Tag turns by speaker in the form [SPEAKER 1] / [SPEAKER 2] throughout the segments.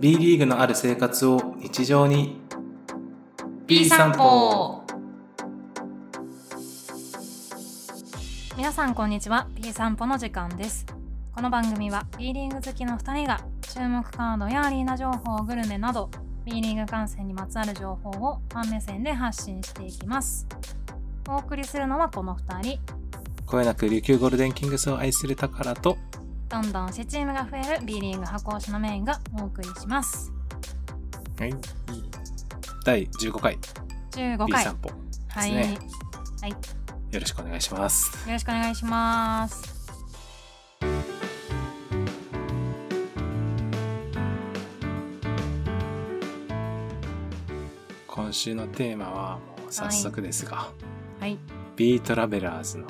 [SPEAKER 1] B リーグのある生活を日常に
[SPEAKER 2] B 散歩皆さんこんにちは B 散歩の時間ですこの番組は B リーグ好きの2人が注目カードやアリーナ情報グルメなど B リーグ観戦にまつわる情報をファン目線で発信していきますお送りするのはこの2人
[SPEAKER 1] こよなく琉球ゴールデンキングスを愛する宝と
[SPEAKER 2] どんどん1チームが増える B リーグ箱推しのメインがお送りします
[SPEAKER 1] はい第15回
[SPEAKER 2] 15
[SPEAKER 1] B
[SPEAKER 2] 回
[SPEAKER 1] 散歩で
[SPEAKER 2] は
[SPEAKER 1] す
[SPEAKER 2] い
[SPEAKER 1] ねよろしくお願いします
[SPEAKER 2] よろしくお願いします。
[SPEAKER 1] 今週のテーマはもう早速ですが、
[SPEAKER 2] はい。
[SPEAKER 1] B トラベラーズの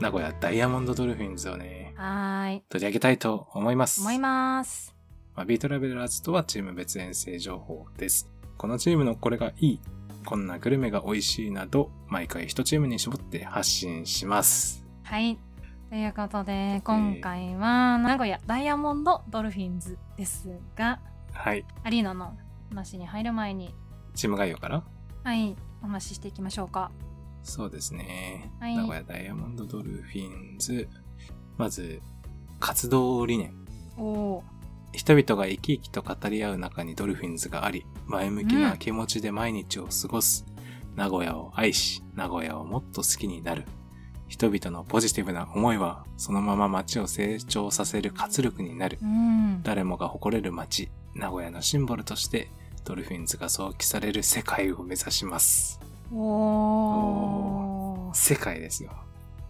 [SPEAKER 1] 名古屋ダイヤモンドドルフィンズをね
[SPEAKER 2] はーい。
[SPEAKER 1] 取り上げたいと思います
[SPEAKER 2] 思います。
[SPEAKER 1] まあ、B トラベラーズとはチーム別遠征情報です。このチームのこれがいい、こんなグルメが美味しいなど、毎回一チームに絞って発信します。
[SPEAKER 2] はい。ということで、今回は名古屋ダイヤモンドドルフィンズですが、
[SPEAKER 1] はい。
[SPEAKER 2] アリーナの話に入る前に、
[SPEAKER 1] チーム概要から
[SPEAKER 2] はい、お話ししていきましょうか。
[SPEAKER 1] そうですね。
[SPEAKER 2] はい
[SPEAKER 1] 名古屋ダイヤモンドドルフィンズ。まず、活動理念。
[SPEAKER 2] おお
[SPEAKER 1] 人々が生き生きと語り合う中にドルフィンズがあり、前向きな気持ちで毎日を過ごす。名古屋を愛し、名古屋をもっと好きになる。人々のポジティブな思いは、そのまま街を成長させる活力になる
[SPEAKER 2] ー、う。ん。
[SPEAKER 1] 誰もが誇れる街、名古屋のシンボルとして、ドルフィンズが想起される世界を目指します。
[SPEAKER 2] おおー。
[SPEAKER 1] 世界ですよ。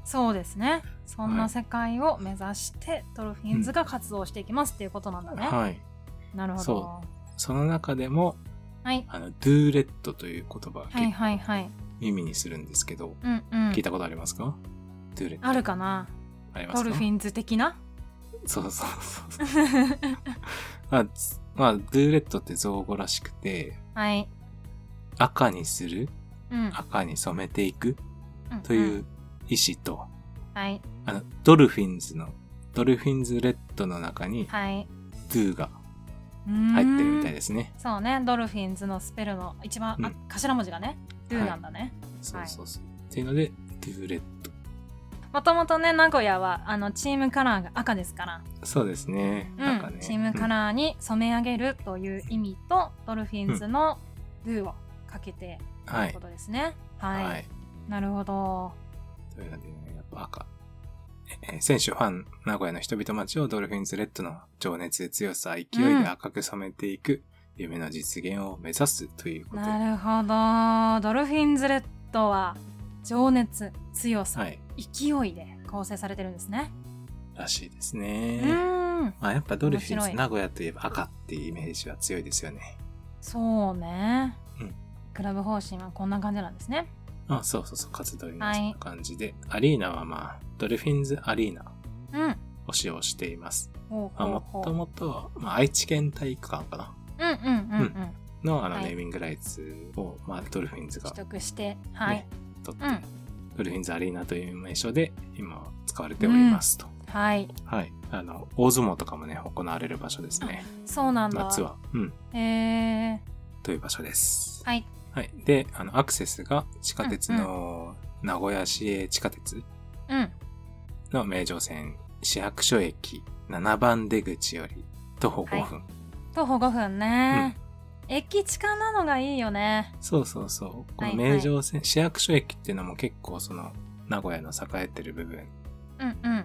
[SPEAKER 2] そうですね。そん
[SPEAKER 1] は
[SPEAKER 2] ない世界を目指して、ドルフィンズが活動していきますっていうことなんだね。
[SPEAKER 1] はい。
[SPEAKER 2] なるほど
[SPEAKER 1] そ。その中でも、
[SPEAKER 2] はい。
[SPEAKER 1] あの、ドゥーレットという言葉を
[SPEAKER 2] はい
[SPEAKER 1] 結構
[SPEAKER 2] はいはい。
[SPEAKER 1] 耳にするんですけど、
[SPEAKER 2] うんうん
[SPEAKER 1] 聞い。たことありますかドゥーレット。
[SPEAKER 2] あるかな
[SPEAKER 1] あります
[SPEAKER 2] ド
[SPEAKER 1] か
[SPEAKER 2] ルフィンズ的な
[SPEAKER 1] そうそうそうそう。まあ、つまあ、ドゥーレットって造語らしくて、
[SPEAKER 2] はい。
[SPEAKER 1] 赤にする、
[SPEAKER 2] うん。
[SPEAKER 1] 赤に染めていく
[SPEAKER 2] ん
[SPEAKER 1] という。意思と、
[SPEAKER 2] んはい。
[SPEAKER 1] あの、ドルフィンズの、ドルフィンズレッドの中に、
[SPEAKER 2] はい。
[SPEAKER 1] ドゥが
[SPEAKER 2] 入
[SPEAKER 1] 入ってるみたい
[SPEAKER 2] で
[SPEAKER 1] ですね。
[SPEAKER 2] す。そうね。ドルフィンズのスペルの一番、あ
[SPEAKER 1] うん
[SPEAKER 2] 頭文字がね、ドゥ
[SPEAKER 1] はい
[SPEAKER 2] なんだね。
[SPEAKER 1] そうそうそう。っていうので、ドゥーレット。
[SPEAKER 2] もともとね、名古屋はあのチームカラーが赤ですから、
[SPEAKER 1] そうですね。
[SPEAKER 2] うん
[SPEAKER 1] なんかね。
[SPEAKER 2] チームカラーに染め上げるという意味と、ドルフィンズのドゥをかけて
[SPEAKER 1] うんは
[SPEAKER 2] という
[SPEAKER 1] い
[SPEAKER 2] こ。とですね。はい。
[SPEAKER 1] はい。
[SPEAKER 2] なるほど。
[SPEAKER 1] というのでね、やっぱ赤。えー選手、ファン、名古屋の人々町をドルフィンズレッドの情熱で強さ、勢いで赤く染めていく、夢の実現を目指すということ。
[SPEAKER 2] なるほど。ドルフィンズレッドは情熱、強さ、
[SPEAKER 1] はい。
[SPEAKER 2] 勢いで構成されてるんですね。
[SPEAKER 1] らしいです
[SPEAKER 2] う
[SPEAKER 1] ね。
[SPEAKER 2] ーん。
[SPEAKER 1] まあやっぱドルフィン
[SPEAKER 2] 面
[SPEAKER 1] ズ
[SPEAKER 2] 白い
[SPEAKER 1] 名古屋といえば赤っていうイメージは強いですよね。
[SPEAKER 2] そうね、
[SPEAKER 1] うん
[SPEAKER 2] クラブ方針はこんな感じなんですね
[SPEAKER 1] あそうそうそう、活動に
[SPEAKER 2] は
[SPEAKER 1] ないそんな感じで、アリーナはまあ、ドルフィンズアリーナ
[SPEAKER 2] うん
[SPEAKER 1] を使用しています。
[SPEAKER 2] ほう
[SPEAKER 1] まあ、
[SPEAKER 2] ほう
[SPEAKER 1] も
[SPEAKER 2] ほう
[SPEAKER 1] ともとは、まあ、愛知県体育館かな
[SPEAKER 2] うんうんうんうん
[SPEAKER 1] のあの
[SPEAKER 2] はい
[SPEAKER 1] ネーミングライツを、まあ、ドルフィンズが
[SPEAKER 2] 取得してはい、
[SPEAKER 1] ね取って、
[SPEAKER 2] うん
[SPEAKER 1] ドルフィンズアリーナという名称で今は使われておりますと。
[SPEAKER 2] はい
[SPEAKER 1] はい。あの、大相撲とかもね、行われる場所ですね。
[SPEAKER 2] そうなんだ
[SPEAKER 1] 夏は。うん。
[SPEAKER 2] へえ
[SPEAKER 1] という場所です。
[SPEAKER 2] はい
[SPEAKER 1] はい。で、あの、アクセスが地下鉄の名古屋市営地下鉄
[SPEAKER 2] うん
[SPEAKER 1] の名城線市役所駅7番出口より徒歩5分。
[SPEAKER 2] 徒歩5分ね、駅近なのがいいよね
[SPEAKER 1] そうそうそう。こ
[SPEAKER 2] は
[SPEAKER 1] の
[SPEAKER 2] いはい
[SPEAKER 1] 名城線、市役所駅っていうのも結構その、名古屋の栄えてる部分
[SPEAKER 2] うんうん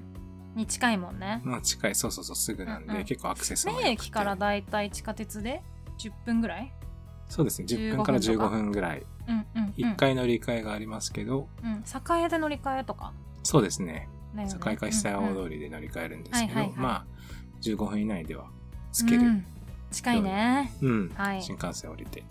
[SPEAKER 2] に近いもんね
[SPEAKER 1] の近い、そうそうそう、すぐなんで、
[SPEAKER 2] うんうん
[SPEAKER 1] 結構アクセスも良く
[SPEAKER 2] 名
[SPEAKER 1] て
[SPEAKER 2] 駅からだいたい地下鉄で10分ぐらい
[SPEAKER 1] そうですね、10
[SPEAKER 2] 15
[SPEAKER 1] 分から
[SPEAKER 2] 分とか
[SPEAKER 1] 15分ぐらい。
[SPEAKER 2] うんうん、うん、
[SPEAKER 1] 1、回乗り換えがありますけど、
[SPEAKER 2] うん、栄で乗り換えとか
[SPEAKER 1] そうですね、
[SPEAKER 2] だよね
[SPEAKER 1] 境会被災大
[SPEAKER 2] り
[SPEAKER 1] 通りで乗り換えるんですけ
[SPEAKER 2] うんうんはい
[SPEAKER 1] ど
[SPEAKER 2] は、いはい
[SPEAKER 1] まあ、15分以内では着ける。
[SPEAKER 2] 近いね
[SPEAKER 1] うん。
[SPEAKER 2] はい
[SPEAKER 1] 新幹線降りて、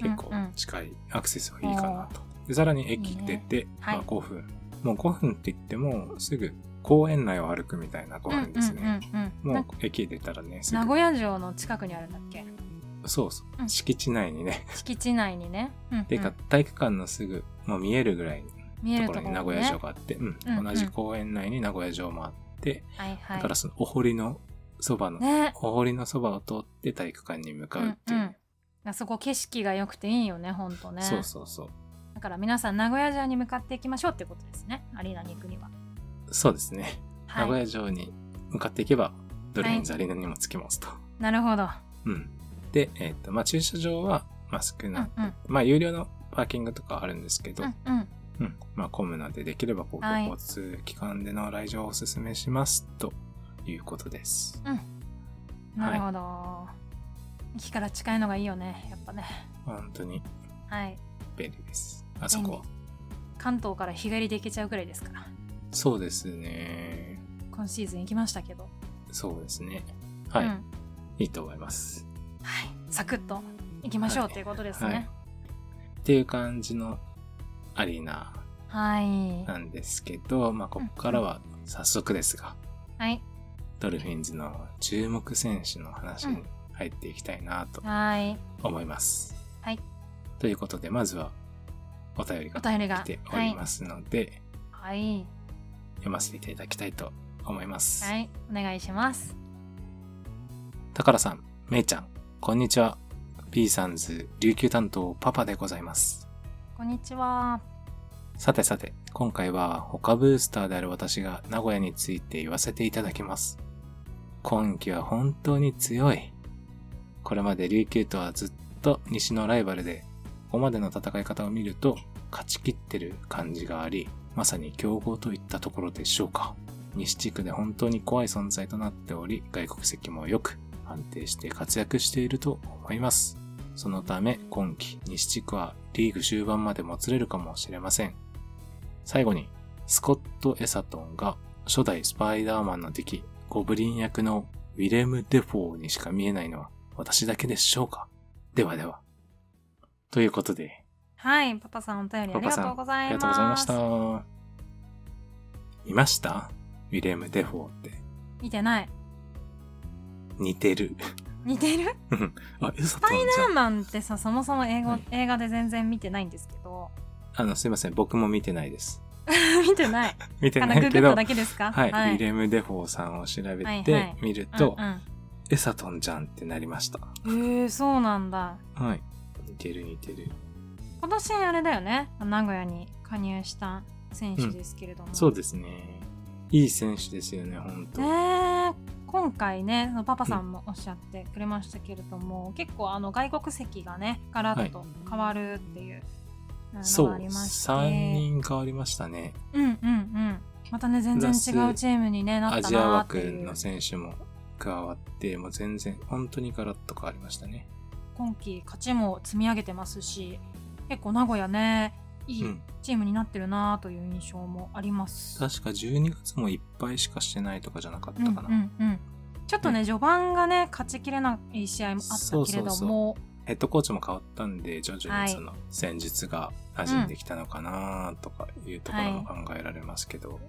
[SPEAKER 1] 結構
[SPEAKER 2] うんうん
[SPEAKER 1] 近い、アクセスはいいかなと。でさらに駅出て、
[SPEAKER 2] はい
[SPEAKER 1] まあ5分。もう5分って言っても、すぐ公園内を歩くみたいな5分ですね。
[SPEAKER 2] うんうんうんうん、
[SPEAKER 1] もう駅出たらね、すぐ
[SPEAKER 2] 名古屋城の近くにあるんだっけ
[SPEAKER 1] そうそうう、
[SPEAKER 2] ん
[SPEAKER 1] 敷地内にね、
[SPEAKER 2] 敷地内にね、うんうん
[SPEAKER 1] てか体育館のすぐ、もう見えるぐらいの
[SPEAKER 2] 見え
[SPEAKER 1] と
[SPEAKER 2] る
[SPEAKER 1] ことろ
[SPEAKER 2] ころ、
[SPEAKER 1] に
[SPEAKER 2] ね、
[SPEAKER 1] 名古屋城があって、うん
[SPEAKER 2] うんうん
[SPEAKER 1] 同じ公園内に名だからそのお堀のそばの、
[SPEAKER 2] ね
[SPEAKER 1] 大堀のそばを通って体育館に向かうっていう。
[SPEAKER 2] うんうんあそこ景色が良くていいよねほんとね
[SPEAKER 1] そうそうそう。
[SPEAKER 2] だから皆さん名古屋城に向かっていきましょうってことですねアリーナに行くには
[SPEAKER 1] そうですね。名古
[SPEAKER 2] はい
[SPEAKER 1] 屋城に向かっていけば、ドルフィンズアリーナにも着きますと。
[SPEAKER 2] なるほど
[SPEAKER 1] うん。で、えっ、と、まあ、駐車場は、まあ、少
[SPEAKER 2] うん
[SPEAKER 1] な、
[SPEAKER 2] うん
[SPEAKER 1] まあ、有料のパーキングとかあるんですけど、
[SPEAKER 2] うんうん
[SPEAKER 1] うん。まあ、混むので、できれば公
[SPEAKER 2] は
[SPEAKER 1] 共
[SPEAKER 2] い
[SPEAKER 1] 交通機関での来場をお勧めします、ということです。
[SPEAKER 2] なるほど、駅から近いのがいいよねやっぱね
[SPEAKER 1] 本当に
[SPEAKER 2] はい
[SPEAKER 1] 便利です。あそこは。
[SPEAKER 2] 関東から日帰りで行けちゃうくらいですから
[SPEAKER 1] そうですね。
[SPEAKER 2] 今シーズン行きましたけど
[SPEAKER 1] そうですね。はい。
[SPEAKER 2] うん
[SPEAKER 1] いいと思います。
[SPEAKER 2] はい、サクッと行きましょう
[SPEAKER 1] はい
[SPEAKER 2] ということです
[SPEAKER 1] はい。
[SPEAKER 2] ね
[SPEAKER 1] っていう感じのアリーナ
[SPEAKER 2] はい、は
[SPEAKER 1] ないんですけど、まあ、ここからは早速ですが、
[SPEAKER 2] はい
[SPEAKER 1] ドルフィンズの注目選手の話に入っていきたいなと思います。
[SPEAKER 2] はい。
[SPEAKER 1] ということで、まずはお便り
[SPEAKER 2] お
[SPEAKER 1] が
[SPEAKER 2] 便りが
[SPEAKER 1] 来ておりますので、
[SPEAKER 2] はい
[SPEAKER 1] 読ませていただきたいと思います。
[SPEAKER 2] はい、はい、お願いします
[SPEAKER 1] タカラさん、メイちゃん、こんにちは。P さんズ琉球担当パパでございます。
[SPEAKER 2] こんにちは
[SPEAKER 1] さてさて、今回は他ブースターである私が名古屋について言わせていただきます。今季は本当に強い。これまで琉球とはずっと西のライバルで、ここまでの戦い方を見ると勝ちきってる感じがあり、まさに強豪といったところでしょうか。西地区で本当に怖い存在となっており、外国籍もよく安定して活躍していると思います。そのため今季西地区はリーグ終盤までもつれるかもしれません。最後に、スコット・エサトンが初代スパイダーマンの敵、ゴブリン役のウィレム・デフォーにしか見えないのは私だけでしょうかではでは。ということで、
[SPEAKER 2] はいパパさんお便りありがとうご
[SPEAKER 1] あ
[SPEAKER 2] ざいま
[SPEAKER 1] り
[SPEAKER 2] す
[SPEAKER 1] がとうございました。いましたウィレム・デフォーって。
[SPEAKER 2] 見てない
[SPEAKER 1] 似てる。
[SPEAKER 2] 似てる
[SPEAKER 1] あ、エサ
[SPEAKER 2] スパ
[SPEAKER 1] トン
[SPEAKER 2] イ
[SPEAKER 1] じ
[SPEAKER 2] ダ
[SPEAKER 1] ゃ
[SPEAKER 2] ー
[SPEAKER 1] ん。
[SPEAKER 2] マンってさそもそも英語、
[SPEAKER 1] はい
[SPEAKER 2] 映画で全然見てないんですけど
[SPEAKER 1] あの、すいません。僕も見てないです。
[SPEAKER 2] 見 てない
[SPEAKER 1] 見て
[SPEAKER 2] か
[SPEAKER 1] な
[SPEAKER 2] ないググ
[SPEAKER 1] け
[SPEAKER 2] った
[SPEAKER 1] ど、
[SPEAKER 2] だけですか
[SPEAKER 1] はい、ウィ
[SPEAKER 2] うん
[SPEAKER 1] レム・デフォーさんを調べ
[SPEAKER 2] はいは
[SPEAKER 1] て
[SPEAKER 2] い
[SPEAKER 1] みると、
[SPEAKER 2] うん
[SPEAKER 1] エサトンじゃんってなりました。
[SPEAKER 2] へえそうなんだ
[SPEAKER 1] はい。似てる似てる。
[SPEAKER 2] 今年あれだよね名古屋に加入した選手ですけれども、
[SPEAKER 1] そうですね。いい選手ですよね、本当、
[SPEAKER 2] ねえ今回ねそのパパさんもおっしゃってくれましたけれども、結構あの外国籍がねガラッと変わるっていうの
[SPEAKER 1] そう、
[SPEAKER 2] がありまして、
[SPEAKER 1] 3人変わりましたね。
[SPEAKER 2] うんうんうんまたね全然違うチームに、ね、な
[SPEAKER 1] ア
[SPEAKER 2] った
[SPEAKER 1] ジア
[SPEAKER 2] なーって
[SPEAKER 1] 枠
[SPEAKER 2] いう
[SPEAKER 1] の選手も加わって、もう全然、本当にガラッと変わりましたね。
[SPEAKER 2] 今季勝ちも積み上げてますし結構名古屋ねいうい
[SPEAKER 1] ん。
[SPEAKER 2] チームになってるなーという印象もあります。
[SPEAKER 1] 確か12月もいっぱいしかしてないとかじゃなかったかな。
[SPEAKER 2] うんうんうんちょっとね、序盤がね勝ちきれない試合もあったけれども
[SPEAKER 1] そうそうそヘッドコーチも変わったんで、徐々
[SPEAKER 2] は
[SPEAKER 1] に
[SPEAKER 2] い
[SPEAKER 1] その戦術が馴染んできたのかなとかいうところも考えられますけど、
[SPEAKER 2] はい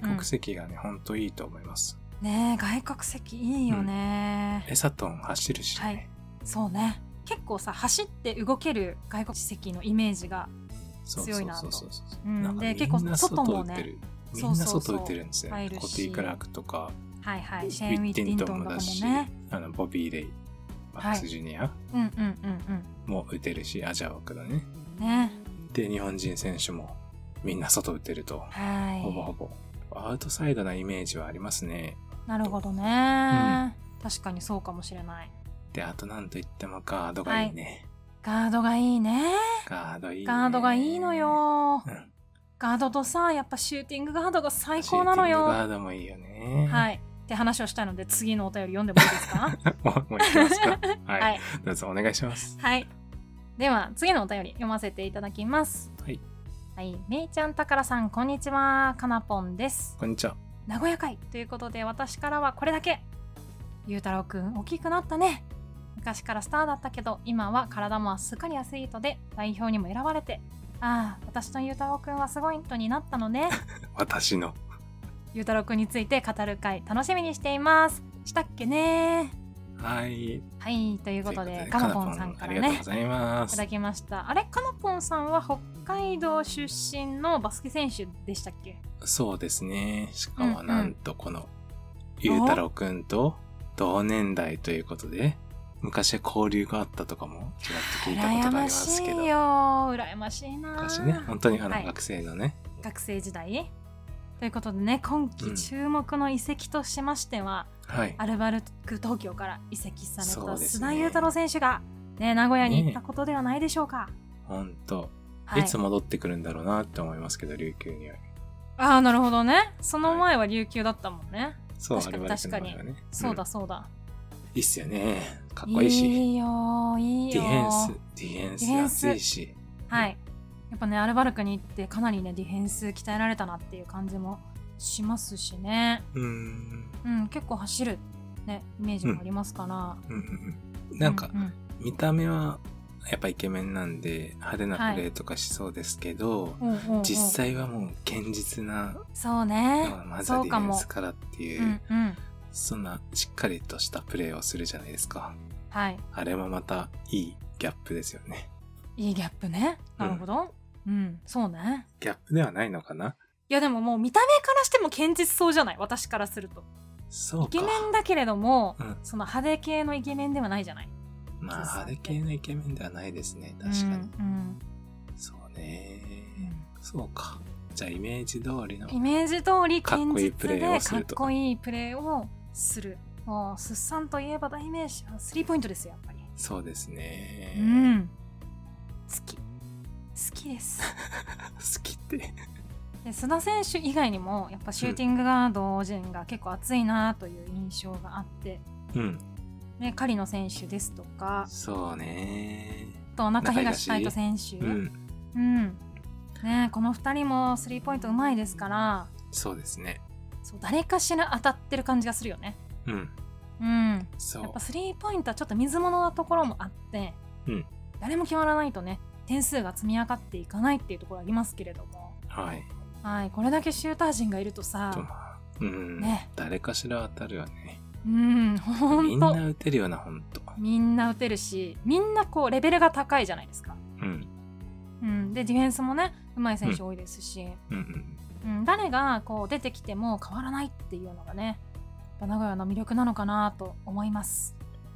[SPEAKER 1] 外国籍がね、本当いいと思います。
[SPEAKER 2] ねえ外国籍いいよね、
[SPEAKER 1] エサトン走るしね。
[SPEAKER 2] はいそうね結構さ走って動ける外国籍のイメージが
[SPEAKER 1] そう
[SPEAKER 2] 強いなと
[SPEAKER 1] そうそうそうそう
[SPEAKER 2] うん
[SPEAKER 1] なんか
[SPEAKER 2] で
[SPEAKER 1] みん
[SPEAKER 2] 結構
[SPEAKER 1] な
[SPEAKER 2] 外も
[SPEAKER 1] 打ってるみん
[SPEAKER 2] そう
[SPEAKER 1] な
[SPEAKER 2] そうそう
[SPEAKER 1] 外打ってるんですよね
[SPEAKER 2] 入るし
[SPEAKER 1] コティ・クラークとか、
[SPEAKER 2] はいは
[SPEAKER 1] ウ
[SPEAKER 2] いシェーン・ウィ
[SPEAKER 1] ィ
[SPEAKER 2] ッ
[SPEAKER 1] ッテ
[SPEAKER 2] ティ
[SPEAKER 1] ィ
[SPEAKER 2] ン
[SPEAKER 1] ン
[SPEAKER 2] ト
[SPEAKER 1] ト
[SPEAKER 2] ン
[SPEAKER 1] ン
[SPEAKER 2] と
[SPEAKER 1] も
[SPEAKER 2] かも
[SPEAKER 1] だし、
[SPEAKER 2] ね
[SPEAKER 1] あのボビー・レイマックス・ジュニア
[SPEAKER 2] うんうんうん
[SPEAKER 1] も打てるし、アジア枠だね
[SPEAKER 2] うんね
[SPEAKER 1] で日本人選手もみんな外打てると、
[SPEAKER 2] はい
[SPEAKER 1] ほぼほぼアウトサイドなイメージはありますね
[SPEAKER 2] なるほどね、確かにそうかもしれない
[SPEAKER 1] であとなんといってもガードがいいね、
[SPEAKER 2] ガードがいいね
[SPEAKER 1] ガードいいね
[SPEAKER 2] ガードがいいの、よ
[SPEAKER 1] うん、
[SPEAKER 2] ガードとさやっぱシューティングガードが最高なの
[SPEAKER 1] シューティング
[SPEAKER 2] よ
[SPEAKER 1] ガードもいいよね
[SPEAKER 2] はいいって話をしたいので次のお便り読んでもいいですか
[SPEAKER 1] もうもういきます かはい、
[SPEAKER 2] はい
[SPEAKER 1] どうぞお願いします
[SPEAKER 2] はい。では次のお便り読ませていただきます。
[SPEAKER 1] はい。
[SPEAKER 2] はい、めいちゃんたからさんこんにちはかなぽんです。
[SPEAKER 1] こんにちは
[SPEAKER 2] 名古屋会ということで私からはこれだけ。ゆうたろうくん大きくなったね。昔からスターだったけど今は体もすっかりアスリートで代表にも選ばれて。ああ私とゆうたろうくんはすごい人になった のね。
[SPEAKER 1] 私の
[SPEAKER 2] ゆうたろうくんについて語る会楽しみにしています。したっけね
[SPEAKER 1] はい。
[SPEAKER 2] はいということ
[SPEAKER 1] という
[SPEAKER 2] でかなぽんさん
[SPEAKER 1] かなぽあ
[SPEAKER 2] から
[SPEAKER 1] りがとう
[SPEAKER 2] ね
[SPEAKER 1] ございま
[SPEAKER 2] いた
[SPEAKER 1] す
[SPEAKER 2] だ。きましたあれかなぽんさんは北海道出身のバスケ選手でしたっけ
[SPEAKER 1] そうですね。しかも
[SPEAKER 2] うん
[SPEAKER 1] なんとこの、ゆうたろうくんと同年代ということで、昔は交流があったとかもちらっと聞いたことがありますけど
[SPEAKER 2] 羨ましい、よ羨ましいな
[SPEAKER 1] 昔ね、本当にあ
[SPEAKER 2] は
[SPEAKER 1] の
[SPEAKER 2] い
[SPEAKER 1] 学生のね、
[SPEAKER 2] 学生時代ということでね今
[SPEAKER 1] う
[SPEAKER 2] 期
[SPEAKER 1] ん
[SPEAKER 2] 注目の移籍としましては、
[SPEAKER 1] はい、
[SPEAKER 2] アルバルク東京から移籍され
[SPEAKER 1] そう
[SPEAKER 2] た
[SPEAKER 1] ですね
[SPEAKER 2] 須田雄太郎選手が、ね名古屋に行ったことではないでしょうか、
[SPEAKER 1] 本当、
[SPEAKER 2] はい
[SPEAKER 1] いつ戻ってくるんだろうなって思いますけど、琉球には。
[SPEAKER 2] ああなるほどねその前は琉球だったもんね、
[SPEAKER 1] そう、
[SPEAKER 2] 確かに
[SPEAKER 1] アルバルクの場合はね。
[SPEAKER 2] そうだ
[SPEAKER 1] ん
[SPEAKER 2] そうだ、
[SPEAKER 1] いいっすよね。かっこいいし。
[SPEAKER 2] いいよーいい
[SPEAKER 1] デ
[SPEAKER 2] よ
[SPEAKER 1] ィ
[SPEAKER 2] ー
[SPEAKER 1] フェンス、ディフェンス
[SPEAKER 2] ディフェンス
[SPEAKER 1] 安いし。
[SPEAKER 2] はいやっぱねアルバルクに行ってかなりねディフェンス鍛えられたなっていう感じもしますしね
[SPEAKER 1] うーん。
[SPEAKER 2] うん結構走るねイメージもありますから、
[SPEAKER 1] うんうんうんなんか
[SPEAKER 2] う、ん
[SPEAKER 1] 見た目はやっぱイケメンなんで派手なプレーとかしそうですけど、
[SPEAKER 2] うんうんうんうん
[SPEAKER 1] 実際はもう堅実な、
[SPEAKER 2] そうね
[SPEAKER 1] まあまずは
[SPEAKER 2] そ
[SPEAKER 1] ディ
[SPEAKER 2] うか
[SPEAKER 1] フェン
[SPEAKER 2] も
[SPEAKER 1] スからっていうう、
[SPEAKER 2] んうん
[SPEAKER 1] そんなしっかりとしたプレーをするじゃないですか。
[SPEAKER 2] はい
[SPEAKER 1] あれもまたいいギャップですよね。
[SPEAKER 2] いいギャップねなるほどうん、そうね
[SPEAKER 1] ギャップではないのかない
[SPEAKER 2] やでももう見た目からしても堅実そうじゃない私からすると
[SPEAKER 1] そう
[SPEAKER 2] イ
[SPEAKER 1] か。
[SPEAKER 2] ケメンだけれども、
[SPEAKER 1] うん
[SPEAKER 2] その派手系のイケメンではないじゃない
[SPEAKER 1] まあ
[SPEAKER 2] 実際
[SPEAKER 1] 派手系のイケメンではないですね。確かに。
[SPEAKER 2] うん
[SPEAKER 1] そうね、
[SPEAKER 2] う
[SPEAKER 1] そうか。じゃあイメージ通りの
[SPEAKER 2] んイメージ通り堅
[SPEAKER 1] かっこいい
[SPEAKER 2] 実
[SPEAKER 1] プレ
[SPEAKER 2] で
[SPEAKER 1] ーをす
[SPEAKER 2] かっ
[SPEAKER 1] ると
[SPEAKER 2] こいいプレーをするもうすっさんといえば代名詞はスリーポイントですよやっぱり、
[SPEAKER 1] そうですね、
[SPEAKER 2] うん好き好きです
[SPEAKER 1] 好きって。
[SPEAKER 2] で須田選手以外にもやっぱシューティングガード陣が結構熱いなという印象があって、
[SPEAKER 1] うん。
[SPEAKER 2] ね、狩野選手ですとか
[SPEAKER 1] そうね
[SPEAKER 2] あと中東海人選手、
[SPEAKER 1] うん。
[SPEAKER 2] うんね、この2人もスリーポイントうまいですから
[SPEAKER 1] そうですね。
[SPEAKER 2] そう誰かしら当たってる感じがするよね。
[SPEAKER 1] うん。
[SPEAKER 2] うん、
[SPEAKER 1] そう
[SPEAKER 2] やっぱスリーポイントはちょっと水物なところもあって、
[SPEAKER 1] うん
[SPEAKER 2] 誰も決まらないとね点数が積み上がっていかないっていうところありますけれども、
[SPEAKER 1] はい。
[SPEAKER 2] はい、これだけシューター陣がいると
[SPEAKER 1] と
[SPEAKER 2] さ、
[SPEAKER 1] まあうん、
[SPEAKER 2] ね
[SPEAKER 1] 誰かしら当たるよね。
[SPEAKER 2] うん、ほ
[SPEAKER 1] み
[SPEAKER 2] ん
[SPEAKER 1] ん
[SPEAKER 2] と
[SPEAKER 1] な打てるよな、ほんと。
[SPEAKER 2] みんな打てるしみんなこうレベルが高いじゃないですか、
[SPEAKER 1] うん。
[SPEAKER 2] うん、でディフェンスもね上手い選手多いですし、
[SPEAKER 1] うんうん。
[SPEAKER 2] うん誰がこう出てきても変わらないっていうのがねやっぱ名古屋の魅力なのかなと思います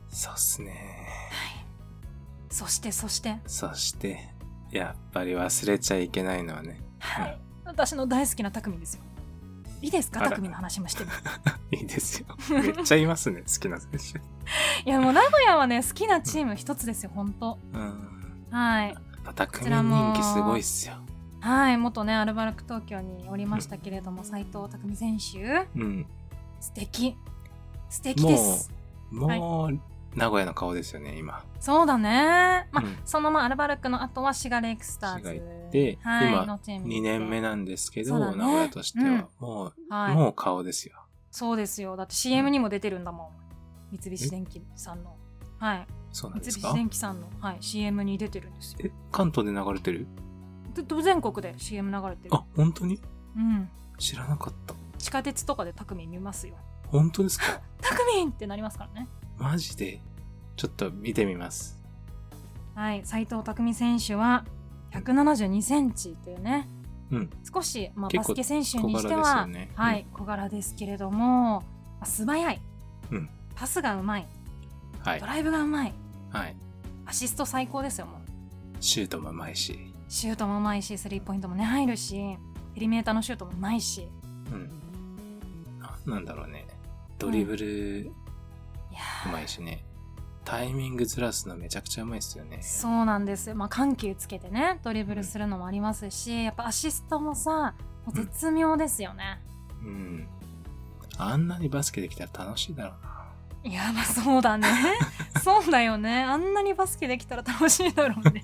[SPEAKER 1] そうっすね。
[SPEAKER 2] そしてそして、
[SPEAKER 1] そして、やっぱり忘れちゃいけないのはね。
[SPEAKER 2] はい、 私の大好きな匠ですよいいですか
[SPEAKER 1] あら
[SPEAKER 2] 匠の話もしても
[SPEAKER 1] いいですよ。めっちゃいますね、好 きな選手。
[SPEAKER 2] いやもう名古屋はね好きなチーム一つですよ本当
[SPEAKER 1] うん。
[SPEAKER 2] はい
[SPEAKER 1] また組
[SPEAKER 2] ちらも
[SPEAKER 1] 人気すごいっすよ。
[SPEAKER 2] はい元ねアルバルク東京におりましたけれども斎藤匠選手
[SPEAKER 1] うん。
[SPEAKER 2] 素敵素敵です
[SPEAKER 1] もう、名古屋の顔ですよね、今。
[SPEAKER 2] そうだね。まあ、
[SPEAKER 1] うん
[SPEAKER 2] そのまあアルバルクの後はシガレイクスターズ
[SPEAKER 1] シガ行って今
[SPEAKER 2] のチームに
[SPEAKER 1] 2年目
[SPEAKER 2] の、
[SPEAKER 1] なんですけ
[SPEAKER 2] そ
[SPEAKER 1] ど、
[SPEAKER 2] うだね
[SPEAKER 1] 名古屋としては、もう、
[SPEAKER 2] はい、
[SPEAKER 1] もう顔ですよ。
[SPEAKER 2] そうですよ。だって CM にも出てるんだもん。三菱電機さんの、はい、
[SPEAKER 1] そうなん
[SPEAKER 2] 三
[SPEAKER 1] です
[SPEAKER 2] 菱
[SPEAKER 1] か
[SPEAKER 2] 電機さんの、はい、CM に出てるんですよ。
[SPEAKER 1] え、関東で流れてる
[SPEAKER 2] でど全国で CM 流れてる。
[SPEAKER 1] あ、本当に
[SPEAKER 2] うん。
[SPEAKER 1] 知らなかった。
[SPEAKER 2] 地下鉄とかでタクミン見ますよ。
[SPEAKER 1] 本当ですか
[SPEAKER 2] タクミンってなりますからね。
[SPEAKER 1] マジでちょっと見てみます。
[SPEAKER 2] はい、斉藤匠選手は172センチというね、
[SPEAKER 1] うん
[SPEAKER 2] 少し、まあ、バ
[SPEAKER 1] 結
[SPEAKER 2] ス
[SPEAKER 1] 構
[SPEAKER 2] ケ選手にして
[SPEAKER 1] 小柄
[SPEAKER 2] は、
[SPEAKER 1] ですよねうん
[SPEAKER 2] はい、小柄ですけれども、まあ素早い、
[SPEAKER 1] うん
[SPEAKER 2] パスがうまい、
[SPEAKER 1] はい
[SPEAKER 2] ド。ライブがうまい、
[SPEAKER 1] はい。
[SPEAKER 2] アシスト最高ですよ、もう。
[SPEAKER 1] シュートもうまいし。
[SPEAKER 2] シュートもうまいし、スリーポイントもね、入るし、ペリメーターのシュートもうまいし、
[SPEAKER 1] うん。あなんだろうね。ドリブルう
[SPEAKER 2] いやー
[SPEAKER 1] まいしね。タイミングずらすのめちゃくちゃうまいっすよね。
[SPEAKER 2] そうなんですよ、まあ、緩急つけてね、ドリブルするのもありますし、やっぱアシストもさ、もう絶妙ですよね。
[SPEAKER 1] うん。あんなにバスケできたら楽しいだろうな。
[SPEAKER 2] いやまあそうだね そうだよねあんなにバスケできたら楽しいだろうね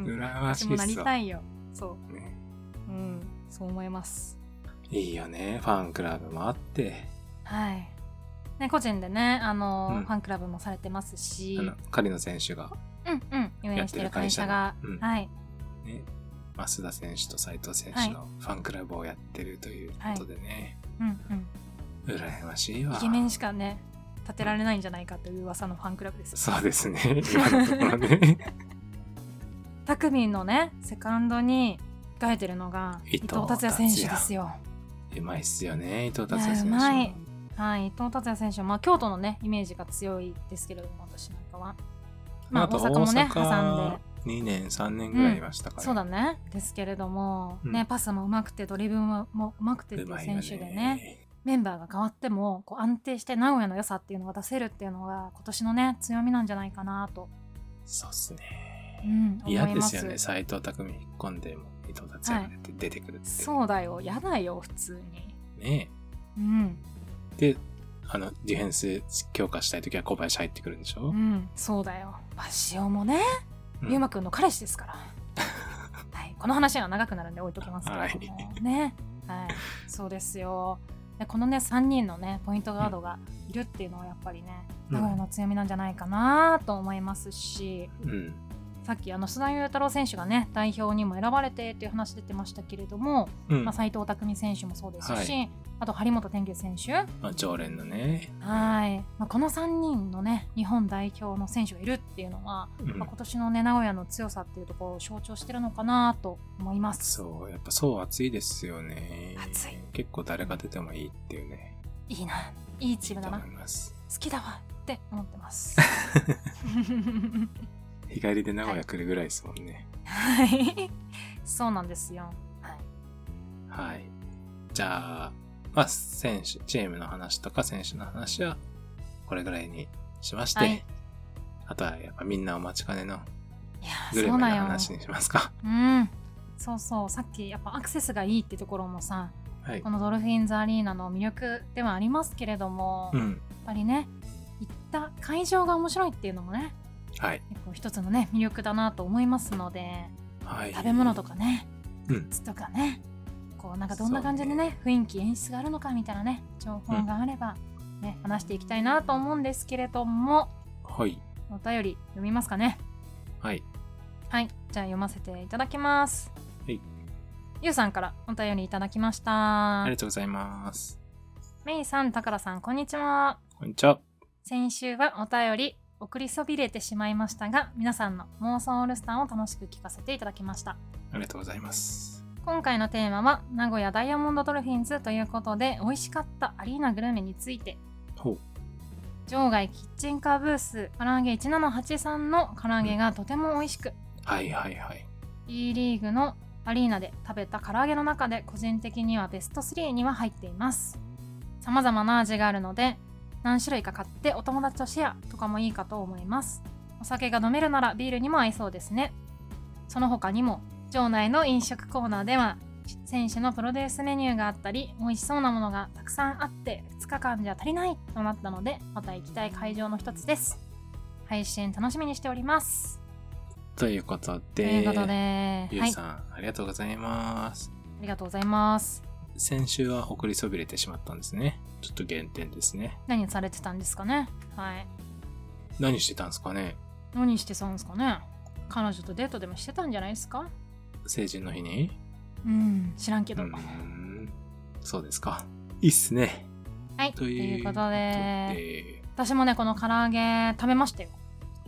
[SPEAKER 2] うん
[SPEAKER 1] 羨まし
[SPEAKER 2] 私
[SPEAKER 1] い
[SPEAKER 2] も
[SPEAKER 1] っ
[SPEAKER 2] なり
[SPEAKER 1] す
[SPEAKER 2] た
[SPEAKER 1] わ。
[SPEAKER 2] いよそ
[SPEAKER 1] ね
[SPEAKER 2] ううんそう思います
[SPEAKER 1] いいよね。ファンクラブもあって、
[SPEAKER 2] はいね個人でねあの、
[SPEAKER 1] うん
[SPEAKER 2] ファンクラブもされてますし
[SPEAKER 1] あの、狩野選手が、
[SPEAKER 2] うんうん運営してる会社が
[SPEAKER 1] やってる会社のうん
[SPEAKER 2] はい
[SPEAKER 1] ね、増田選手と斉藤選手のファンクラブをやってるということでね、
[SPEAKER 2] うんうん
[SPEAKER 1] 羨ましいわ
[SPEAKER 2] イ。ケメンしかね立てられないんじゃないかという噂のファンクラブですよ
[SPEAKER 1] そうです ね。今のところね。
[SPEAKER 2] タクミンのねセカンドに控えてるのが
[SPEAKER 1] 伊
[SPEAKER 2] 伊
[SPEAKER 1] 藤
[SPEAKER 2] 藤達也選手ですよ
[SPEAKER 1] うまいっすよね、伊藤達
[SPEAKER 2] いや
[SPEAKER 1] 也
[SPEAKER 2] う
[SPEAKER 1] 選手
[SPEAKER 2] ま
[SPEAKER 1] も
[SPEAKER 2] い。はい、伊藤達也選手は、まあ、京都のねイメージが強いですけれども私なんかは、まあ、
[SPEAKER 1] と
[SPEAKER 2] 大阪もね挟んで
[SPEAKER 1] 2年、3年ぐらいいましたから、
[SPEAKER 2] そうだねですけれども、
[SPEAKER 1] うん
[SPEAKER 2] ねパスもうまくてドリブルもうまくてっていう
[SPEAKER 1] まいよ
[SPEAKER 2] 選手でね。メンバーが変わってもこう安定して名古屋の良さっていうのが出せるっていうのが今年のね強みなんじゃないかなと、
[SPEAKER 1] そうっすね。
[SPEAKER 2] うん、思い
[SPEAKER 1] 嫌
[SPEAKER 2] ます
[SPEAKER 1] ですよね、斎藤匠引っ込んでも、伊藤達也が出てくるって。
[SPEAKER 2] そうだよ嫌だよ普通に
[SPEAKER 1] ね
[SPEAKER 2] うん、
[SPEAKER 1] で、あの、ディフェンス強化したいときは小林入ってくるんでしょ、
[SPEAKER 2] うん、そうだよバシオもね
[SPEAKER 1] うん
[SPEAKER 2] ゆうまくんの彼氏です から、はい、この話が長くなるんで置いときますけれども、ね、はい、そうですよでこのね3人のねポイントガードがいるっていうのはやっぱりね
[SPEAKER 1] うん
[SPEAKER 2] 名古屋の強みなんじゃないかなと思いますし、
[SPEAKER 1] うん。
[SPEAKER 2] さっきあの須田雄太郎選手がね代表にも選ばれてっていう話出てましたけれども、
[SPEAKER 1] うん。
[SPEAKER 2] まあ、
[SPEAKER 1] ま
[SPEAKER 2] 斉藤匠選手もそうですし、
[SPEAKER 1] は
[SPEAKER 2] あと張本天傑選手はい、
[SPEAKER 1] あ、常連のね。
[SPEAKER 2] まあ、この3人のね日本代表の選手がいるっていうのは、
[SPEAKER 1] うん
[SPEAKER 2] まあ、今年のね名古屋の強さっていうところを象徴してるのかなと思います
[SPEAKER 1] そう、やっぱそう暑いですよね。
[SPEAKER 2] 暑い。
[SPEAKER 1] 結構誰が出てもいいっていうね。
[SPEAKER 2] いいないいチームだな
[SPEAKER 1] と
[SPEAKER 2] 好
[SPEAKER 1] 思います。
[SPEAKER 2] きだわって思ってます
[SPEAKER 1] 日帰りで名古屋来るぐらいですもんね。
[SPEAKER 2] はいそうなんですよはい
[SPEAKER 1] はい。じゃあ、まあ、選手、チームの話とか選手の話は、これぐらいにしまして、
[SPEAKER 2] はい
[SPEAKER 1] あとはやっぱみんなお待ちかねの
[SPEAKER 2] い
[SPEAKER 1] グ
[SPEAKER 2] や
[SPEAKER 1] ル
[SPEAKER 2] そ
[SPEAKER 1] メ
[SPEAKER 2] う
[SPEAKER 1] の
[SPEAKER 2] だよ
[SPEAKER 1] 話にします か。
[SPEAKER 2] うん、そうそうさっきやっぱアクセスがいいってところもさ
[SPEAKER 1] はい
[SPEAKER 2] こ。のドルフィンズアリーナの魅力ではありますけれども、
[SPEAKER 1] う
[SPEAKER 2] やっ
[SPEAKER 1] ん。
[SPEAKER 2] ぱりね行った会場が面白いっていうのもね
[SPEAKER 1] はい。
[SPEAKER 2] 結構一つのね魅力だなと思いますので
[SPEAKER 1] はい。
[SPEAKER 2] 食べ物とかね、
[SPEAKER 1] うん
[SPEAKER 2] 靴とかねこうなんかどんな感じでね雰囲気演出があるのかみたいなね情報があれば、ね話していきたいなと思うんですけれども
[SPEAKER 1] はい。
[SPEAKER 2] お便り読みますかね
[SPEAKER 1] はい。
[SPEAKER 2] はい、じゃあ読ませていただきます。
[SPEAKER 1] はい
[SPEAKER 2] ゆうさんからお便りいただきまし
[SPEAKER 1] あ
[SPEAKER 2] た
[SPEAKER 1] りが。とうございます。
[SPEAKER 2] めいさん、たからさん、こんにちは。
[SPEAKER 1] こんにちは。
[SPEAKER 2] 先週はお便り送りそびれてしまいましたが、皆さんの妄想オールスターを楽しく聞かせていただきました。
[SPEAKER 1] ありがとうございます。
[SPEAKER 2] 今回のテーマは名古屋ダイヤモンドドルフィンズということで、美味しかったアリーナグルメについて。
[SPEAKER 1] ほう。
[SPEAKER 2] 場外キッチンカーブース唐揚げ1783の唐揚げがとても美味しく、
[SPEAKER 1] はいはいはい。
[SPEAKER 2] E リーグのアリーナで食べた唐揚げの中で個人的にはベスト3には入っています様々な味があるので何種類か買ってお友達とシェアとかもいいかと思いますお酒が飲めるならビールにも合いそうですねその他にも場内の飲食コーナーでは選手のプロデュースメニューがあったり美味しそうなものがたくさんあって2日間じゃ足りないとなったのでまた行きたい会場の一つです配信楽しみにしております、
[SPEAKER 1] ということで、
[SPEAKER 2] ということで
[SPEAKER 1] ゆ
[SPEAKER 2] は
[SPEAKER 1] う
[SPEAKER 2] い
[SPEAKER 1] さん、ありがとうございます。
[SPEAKER 2] ありがとうございます。
[SPEAKER 1] 先週は送りそびれてしまったんですね。ちょっと減点ですね。
[SPEAKER 2] 何されてたんですかねはい。
[SPEAKER 1] 何してたんですかね
[SPEAKER 2] 何してたんですかね彼女とデートでもしてたんじゃないですか
[SPEAKER 1] 成人の日に
[SPEAKER 2] うん、知らんけ
[SPEAKER 1] う
[SPEAKER 2] ど。
[SPEAKER 1] ーん。そうですか。いいっすね。
[SPEAKER 2] はい、と
[SPEAKER 1] とい
[SPEAKER 2] いうう
[SPEAKER 1] こ
[SPEAKER 2] こととで、
[SPEAKER 1] で、
[SPEAKER 2] 私もね、この唐揚げ食べましたよ。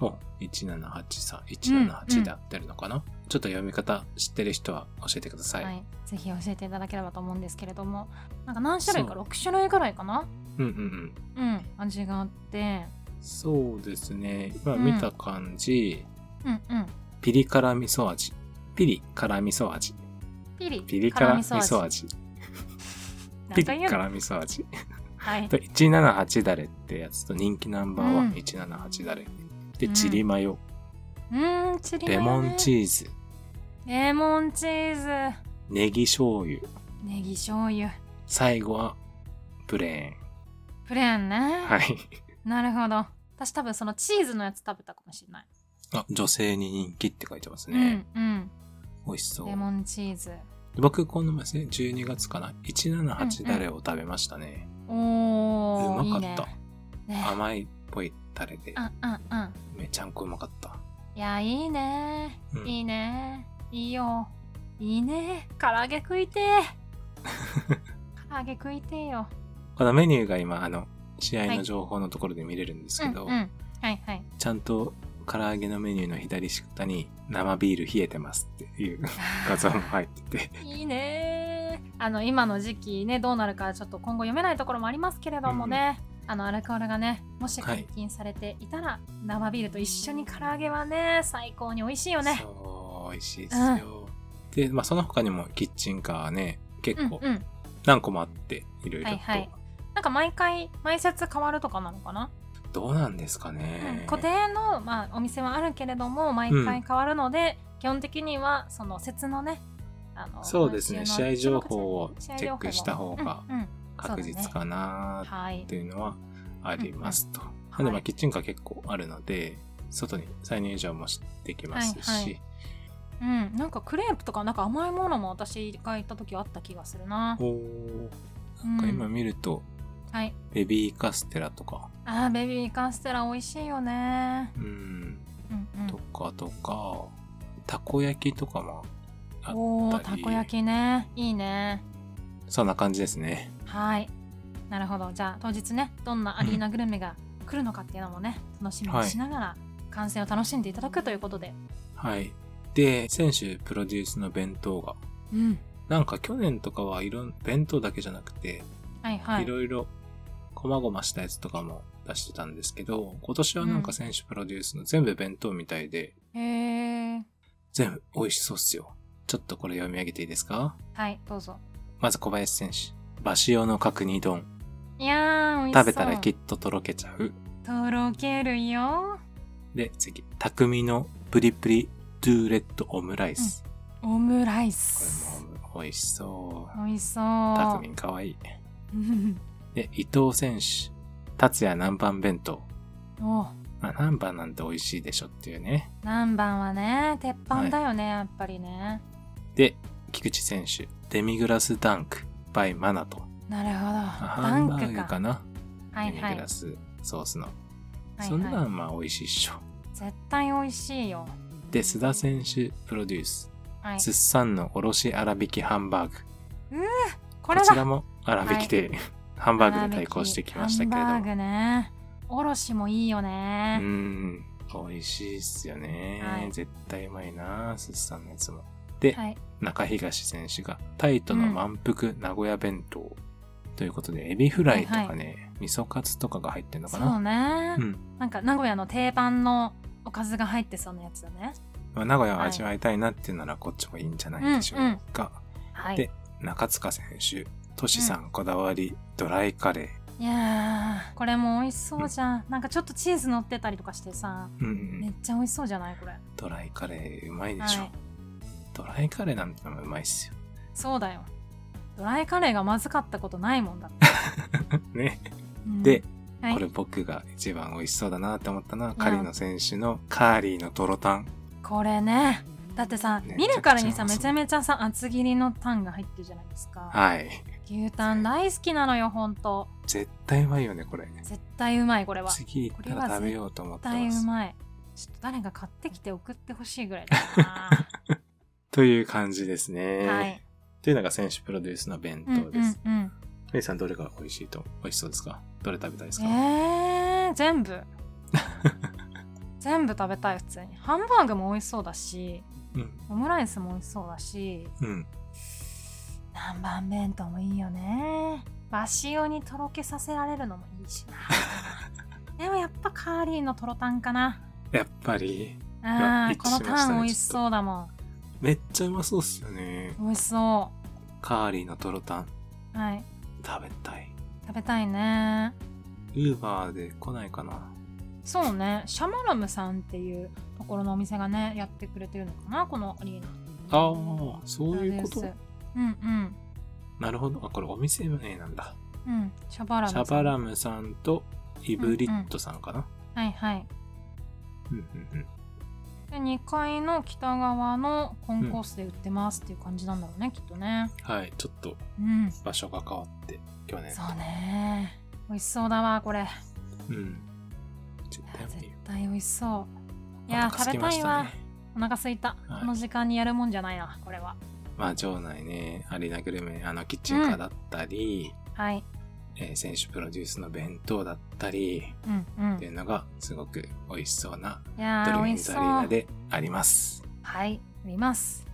[SPEAKER 1] お1783、178で合ってるのかな、ちょっと読み方知ってる人は教えてくださ。
[SPEAKER 2] はいい、ぜひ教えていただければと思うんですけれども、なんか何種類か、
[SPEAKER 1] そう
[SPEAKER 2] 6種類ぐらいかな
[SPEAKER 1] うんうんうん。
[SPEAKER 2] うん、味があって、
[SPEAKER 1] そうですね。今
[SPEAKER 2] うん
[SPEAKER 1] 見た感じ、
[SPEAKER 2] うんうん。
[SPEAKER 1] ピリ辛味噌味。ピリ辛味噌味。
[SPEAKER 2] ピリ、
[SPEAKER 1] ピリ
[SPEAKER 2] 辛
[SPEAKER 1] 辛
[SPEAKER 2] 味
[SPEAKER 1] 味
[SPEAKER 2] 噌味。
[SPEAKER 1] 噌味。
[SPEAKER 2] な
[SPEAKER 1] ピ
[SPEAKER 2] んか
[SPEAKER 1] リ
[SPEAKER 2] 言うの
[SPEAKER 1] 辛味噌味。
[SPEAKER 2] はい。
[SPEAKER 1] で178ダレってやつと人気ナンバーワ
[SPEAKER 2] うん
[SPEAKER 1] ン178ダレ。で、
[SPEAKER 2] うん
[SPEAKER 1] チリマヨ、
[SPEAKER 2] うーん、チリマ
[SPEAKER 1] レ
[SPEAKER 2] ヨ、ね。
[SPEAKER 1] モンチーズ、
[SPEAKER 2] レモンチーズ。
[SPEAKER 1] ネギ醤油、
[SPEAKER 2] ネギ醤油。
[SPEAKER 1] 最後はプレ
[SPEAKER 2] プレーンね。
[SPEAKER 1] ーン。はい。
[SPEAKER 2] なるほど。私多分そのチーズのやつ食べたかもしれない。
[SPEAKER 1] あ、女性に人気って書いてますね。
[SPEAKER 2] うん
[SPEAKER 1] 美味し
[SPEAKER 2] う
[SPEAKER 1] そ
[SPEAKER 2] ん。
[SPEAKER 1] う
[SPEAKER 2] レ。モンチーズ。
[SPEAKER 1] 僕、この前ですね、12月かな、178ダレを食べましたね。
[SPEAKER 2] おー、
[SPEAKER 1] うまか
[SPEAKER 2] いいね
[SPEAKER 1] った。
[SPEAKER 2] ね
[SPEAKER 1] 甘いっぽいタレで
[SPEAKER 2] う、んうんうん。
[SPEAKER 1] めちゃんこうまかった。
[SPEAKER 2] いや、いいね、
[SPEAKER 1] うん
[SPEAKER 2] いいね。いいよ。いいね。唐揚げ食いて ー。唐揚げ食いてーよ。
[SPEAKER 1] このメニューが今、あの、試合の情報のところで見れるんですけど、
[SPEAKER 2] うんうん。はいはい。
[SPEAKER 1] ちゃんと唐揚げのメニューの左下 に生ビール冷えてますっていう画像も入ってて、
[SPEAKER 2] いいねあの今の時期ねどうなるかちょっと今後読めないところもありますけれどもね、あのアルコールがねもし
[SPEAKER 1] はい
[SPEAKER 2] 解禁されていたら、生ビールと一緒に唐揚げはね最高に美味しいよね。
[SPEAKER 1] そう、美味しいですよ。で、まあ、その他にもキッチンカーね、
[SPEAKER 2] うん
[SPEAKER 1] 結構
[SPEAKER 2] うん、
[SPEAKER 1] 何個もあって、いろいろと。
[SPEAKER 2] はいはいなんか毎回毎節変わるとかなのかな、
[SPEAKER 1] どうなんですか
[SPEAKER 2] う
[SPEAKER 1] ね
[SPEAKER 2] ん。固定の、まあ、お店はあるけれども毎回変わるので、基本的にはその節のねあの
[SPEAKER 1] そうですね、
[SPEAKER 2] 毎週
[SPEAKER 1] 試
[SPEAKER 2] の
[SPEAKER 1] 合情報をチ
[SPEAKER 2] 試合
[SPEAKER 1] ェ
[SPEAKER 2] 情報
[SPEAKER 1] ッ
[SPEAKER 2] を
[SPEAKER 1] クした方が
[SPEAKER 2] うんうん
[SPEAKER 1] 確実かな
[SPEAKER 2] はい
[SPEAKER 1] っていうのはありますと。
[SPEAKER 2] うん
[SPEAKER 1] なので、ま
[SPEAKER 2] は
[SPEAKER 1] あ、
[SPEAKER 2] い
[SPEAKER 1] キッチンカー結構あるので、外に再入場もしてきますし、
[SPEAKER 2] はいはいうん、なんかクレープとかなんか甘いものも私が行った時あった気がするな。
[SPEAKER 1] おーなんか今見ると、
[SPEAKER 2] はい。
[SPEAKER 1] ベビーカステラとか、
[SPEAKER 2] あーベビーカステラ美味しいよね。
[SPEAKER 1] うん、
[SPEAKER 2] うんうん
[SPEAKER 1] とかとか、たこ焼きとかも、あ
[SPEAKER 2] お
[SPEAKER 1] あ
[SPEAKER 2] お
[SPEAKER 1] った
[SPEAKER 2] た
[SPEAKER 1] り
[SPEAKER 2] こ焼きねいいね
[SPEAKER 1] そんな感じですね。
[SPEAKER 2] はいなるほどじゃあ当日ねどんなアリーナグルメが来るのかっていうのもね楽しみにしながら観戦を楽しんでいただくということで、
[SPEAKER 1] はい。で、選手プロデュースの弁当が、
[SPEAKER 2] うん
[SPEAKER 1] なんか去年とかはいろん、弁当だけじゃなくて、
[SPEAKER 2] はいはい
[SPEAKER 1] いろいろ、こまごましたやつとかも出してたんですけど、今年はなん
[SPEAKER 2] う
[SPEAKER 1] か
[SPEAKER 2] ん
[SPEAKER 1] 選手プロデュースの全部弁当みたいで、
[SPEAKER 2] へえ
[SPEAKER 1] 全部美味しそうっすよ。ちょっとこれ読み上げていいですか
[SPEAKER 2] はいどうぞ
[SPEAKER 1] まず小林選手。バシオの角煮丼。
[SPEAKER 2] いやー美味しそう
[SPEAKER 1] 食べたらきっととろけちゃう。
[SPEAKER 2] とろけるよ
[SPEAKER 1] で、次。匠のプリプリドゥーレッドオムライス。
[SPEAKER 2] オムライ
[SPEAKER 1] こ
[SPEAKER 2] ス
[SPEAKER 1] れも美味しそう。
[SPEAKER 2] 美味しそう
[SPEAKER 1] 匠かわいい。で、伊藤選手。達也南蛮弁当。
[SPEAKER 2] お
[SPEAKER 1] まあ、南蛮なんて美味しいでしょっていうね。
[SPEAKER 2] 南蛮はね鉄板だよね、やっぱりね
[SPEAKER 1] で、菊池選手、デミグラスダンク、バイマナト。
[SPEAKER 2] なるほど
[SPEAKER 1] ハ
[SPEAKER 2] ダ
[SPEAKER 1] ン
[SPEAKER 2] ン
[SPEAKER 1] バー
[SPEAKER 2] ク
[SPEAKER 1] グ
[SPEAKER 2] か
[SPEAKER 1] かな、
[SPEAKER 2] はい
[SPEAKER 1] デ
[SPEAKER 2] は
[SPEAKER 1] ミ
[SPEAKER 2] い
[SPEAKER 1] グラスソースの。
[SPEAKER 2] はい
[SPEAKER 1] そんな
[SPEAKER 2] は
[SPEAKER 1] んまあ美味しいっしょ。
[SPEAKER 2] い、絶対美味しいよ
[SPEAKER 1] で、須田選手プロデュース、
[SPEAKER 2] はい
[SPEAKER 1] すっさんのおろし粗挽きハンバーグ。
[SPEAKER 2] こ
[SPEAKER 1] こ
[SPEAKER 2] れだ
[SPEAKER 1] ちらも粗挽きで、 ハンバーグで対抗してきましたけれど
[SPEAKER 2] ハンバ
[SPEAKER 1] も。
[SPEAKER 2] ーグね。おろしもいいよ
[SPEAKER 1] う
[SPEAKER 2] ね。
[SPEAKER 1] ん、美味しいっすよね。
[SPEAKER 2] はい
[SPEAKER 1] 絶対うまいな、すっさんのやつも。で、
[SPEAKER 2] はい。
[SPEAKER 1] 中東選手がタイトの満腹名古屋弁当、ということでエビフライとかね、
[SPEAKER 2] は
[SPEAKER 1] 味噌カツとかが入ってるのか
[SPEAKER 2] そ
[SPEAKER 1] な
[SPEAKER 2] うね、
[SPEAKER 1] うん
[SPEAKER 2] なんか名古屋の定番のおかずが入ってそうなやつだね。
[SPEAKER 1] まあ、名古屋を味わいたいなっていうならこっちもいいんじゃないでしょうか、
[SPEAKER 2] はい。
[SPEAKER 1] で中塚選手トシさんこだわり、ドライカレ
[SPEAKER 2] いやー、これも美味しそうじゃん。なんかちょっとチーズ乗ってたりとかしてさ、
[SPEAKER 1] ー、うんうん
[SPEAKER 2] めっちゃ美味しそうじゃないこれ。
[SPEAKER 1] ドライカレーうまいでしょ、
[SPEAKER 2] はい
[SPEAKER 1] ドライカレーなんてのもうまいっすよ
[SPEAKER 2] そうだよ。ドライカレーがまずかったことないもんだって。
[SPEAKER 1] ね、
[SPEAKER 2] う ん
[SPEAKER 1] で、
[SPEAKER 2] はい、
[SPEAKER 1] こ
[SPEAKER 2] こ
[SPEAKER 1] れ
[SPEAKER 2] れ
[SPEAKER 1] 僕が一番美味しそうだなって思ったのはカリーの選手のカーリーのトロタン
[SPEAKER 2] ね。だってさ、
[SPEAKER 1] ね
[SPEAKER 2] 見るからにさ
[SPEAKER 1] め
[SPEAKER 2] め
[SPEAKER 1] ち
[SPEAKER 2] ち
[SPEAKER 1] ゃ
[SPEAKER 2] ゃめちゃさ厚切りのタンが入ってるじゃないですか、
[SPEAKER 1] はい
[SPEAKER 2] 牛タン大好きなのよほんと
[SPEAKER 1] 絶対うまいよねこれ
[SPEAKER 2] 絶対うまいこれは絶
[SPEAKER 1] 次行ったら食べようと思って
[SPEAKER 2] 対
[SPEAKER 1] ま
[SPEAKER 2] う
[SPEAKER 1] す。
[SPEAKER 2] まいちょっと誰が買ってきて送ってほしいぐらいだな、
[SPEAKER 1] という感じですね。
[SPEAKER 2] はい
[SPEAKER 1] というのが選手プロデュースの弁
[SPEAKER 2] うん
[SPEAKER 1] 当
[SPEAKER 2] う
[SPEAKER 1] で
[SPEAKER 2] ん
[SPEAKER 1] す。
[SPEAKER 2] うん
[SPEAKER 1] メイさんどれが美味しいと美味しそうですかどれ食べたいですか、
[SPEAKER 2] えー、全部全部食べたい普通にハンバーグも美味しそうだし
[SPEAKER 1] うん。
[SPEAKER 2] オムライスも美味しそうだし
[SPEAKER 1] うん。
[SPEAKER 2] 南蛮弁当もいいよねバシオにとろけさせられるのも いいしなでもやっぱカーリーのとろタンかな
[SPEAKER 1] やっぱり、や
[SPEAKER 2] あー
[SPEAKER 1] 一致
[SPEAKER 2] この
[SPEAKER 1] しました
[SPEAKER 2] タ
[SPEAKER 1] ね
[SPEAKER 2] ン美味しそうだもん
[SPEAKER 1] めっちゃうまそうっすよね。
[SPEAKER 2] 美味しそ
[SPEAKER 1] カーリーのトロタン、
[SPEAKER 2] うはい
[SPEAKER 1] 食べたい。
[SPEAKER 2] 食べたいね
[SPEAKER 1] ウーバーで来ないかな
[SPEAKER 2] そうねシャマラムさんっていうところのお店がねやってくれてるのかなこのアリーナ
[SPEAKER 1] ああ、そういうこ
[SPEAKER 2] プ
[SPEAKER 1] と
[SPEAKER 2] ロデュースうん
[SPEAKER 1] なるほど。あ、これお店名なんだ。
[SPEAKER 2] うんうんシャバラム
[SPEAKER 1] シ
[SPEAKER 2] さん
[SPEAKER 1] ャバラムさんとイブリットさんかな、
[SPEAKER 2] はいはい
[SPEAKER 1] うんうんうん、
[SPEAKER 2] で2階の北側のコンコースで売ってますっていう感じなんだろうね、きっとね
[SPEAKER 1] はい、ちょっと
[SPEAKER 2] うん
[SPEAKER 1] 場所が変わって、去年。
[SPEAKER 2] そうね美味しそうだわこれ
[SPEAKER 1] うん。絶対無
[SPEAKER 2] 絶
[SPEAKER 1] 理よ
[SPEAKER 2] 対美味しそういや
[SPEAKER 1] お腹
[SPEAKER 2] ー
[SPEAKER 1] 空
[SPEAKER 2] 食
[SPEAKER 1] き
[SPEAKER 2] べた
[SPEAKER 1] ま
[SPEAKER 2] い
[SPEAKER 1] し
[SPEAKER 2] わ
[SPEAKER 1] ね。
[SPEAKER 2] お腹すいた、
[SPEAKER 1] はい
[SPEAKER 2] この時間にやるもんじゃないなこれは
[SPEAKER 1] まあ、場内ね、アリーナグルメ、あの、キッチンカーだったり、
[SPEAKER 2] はい
[SPEAKER 1] えー選手プロデュースの弁当だったり、
[SPEAKER 2] うんうん
[SPEAKER 1] っていうのが、すごく美味しそうない
[SPEAKER 2] や
[SPEAKER 1] ドル
[SPEAKER 2] ー
[SPEAKER 1] フ
[SPEAKER 2] 美
[SPEAKER 1] ィン
[SPEAKER 2] 味し
[SPEAKER 1] ズ
[SPEAKER 2] そう
[SPEAKER 1] アリーナであります。
[SPEAKER 2] はい見ます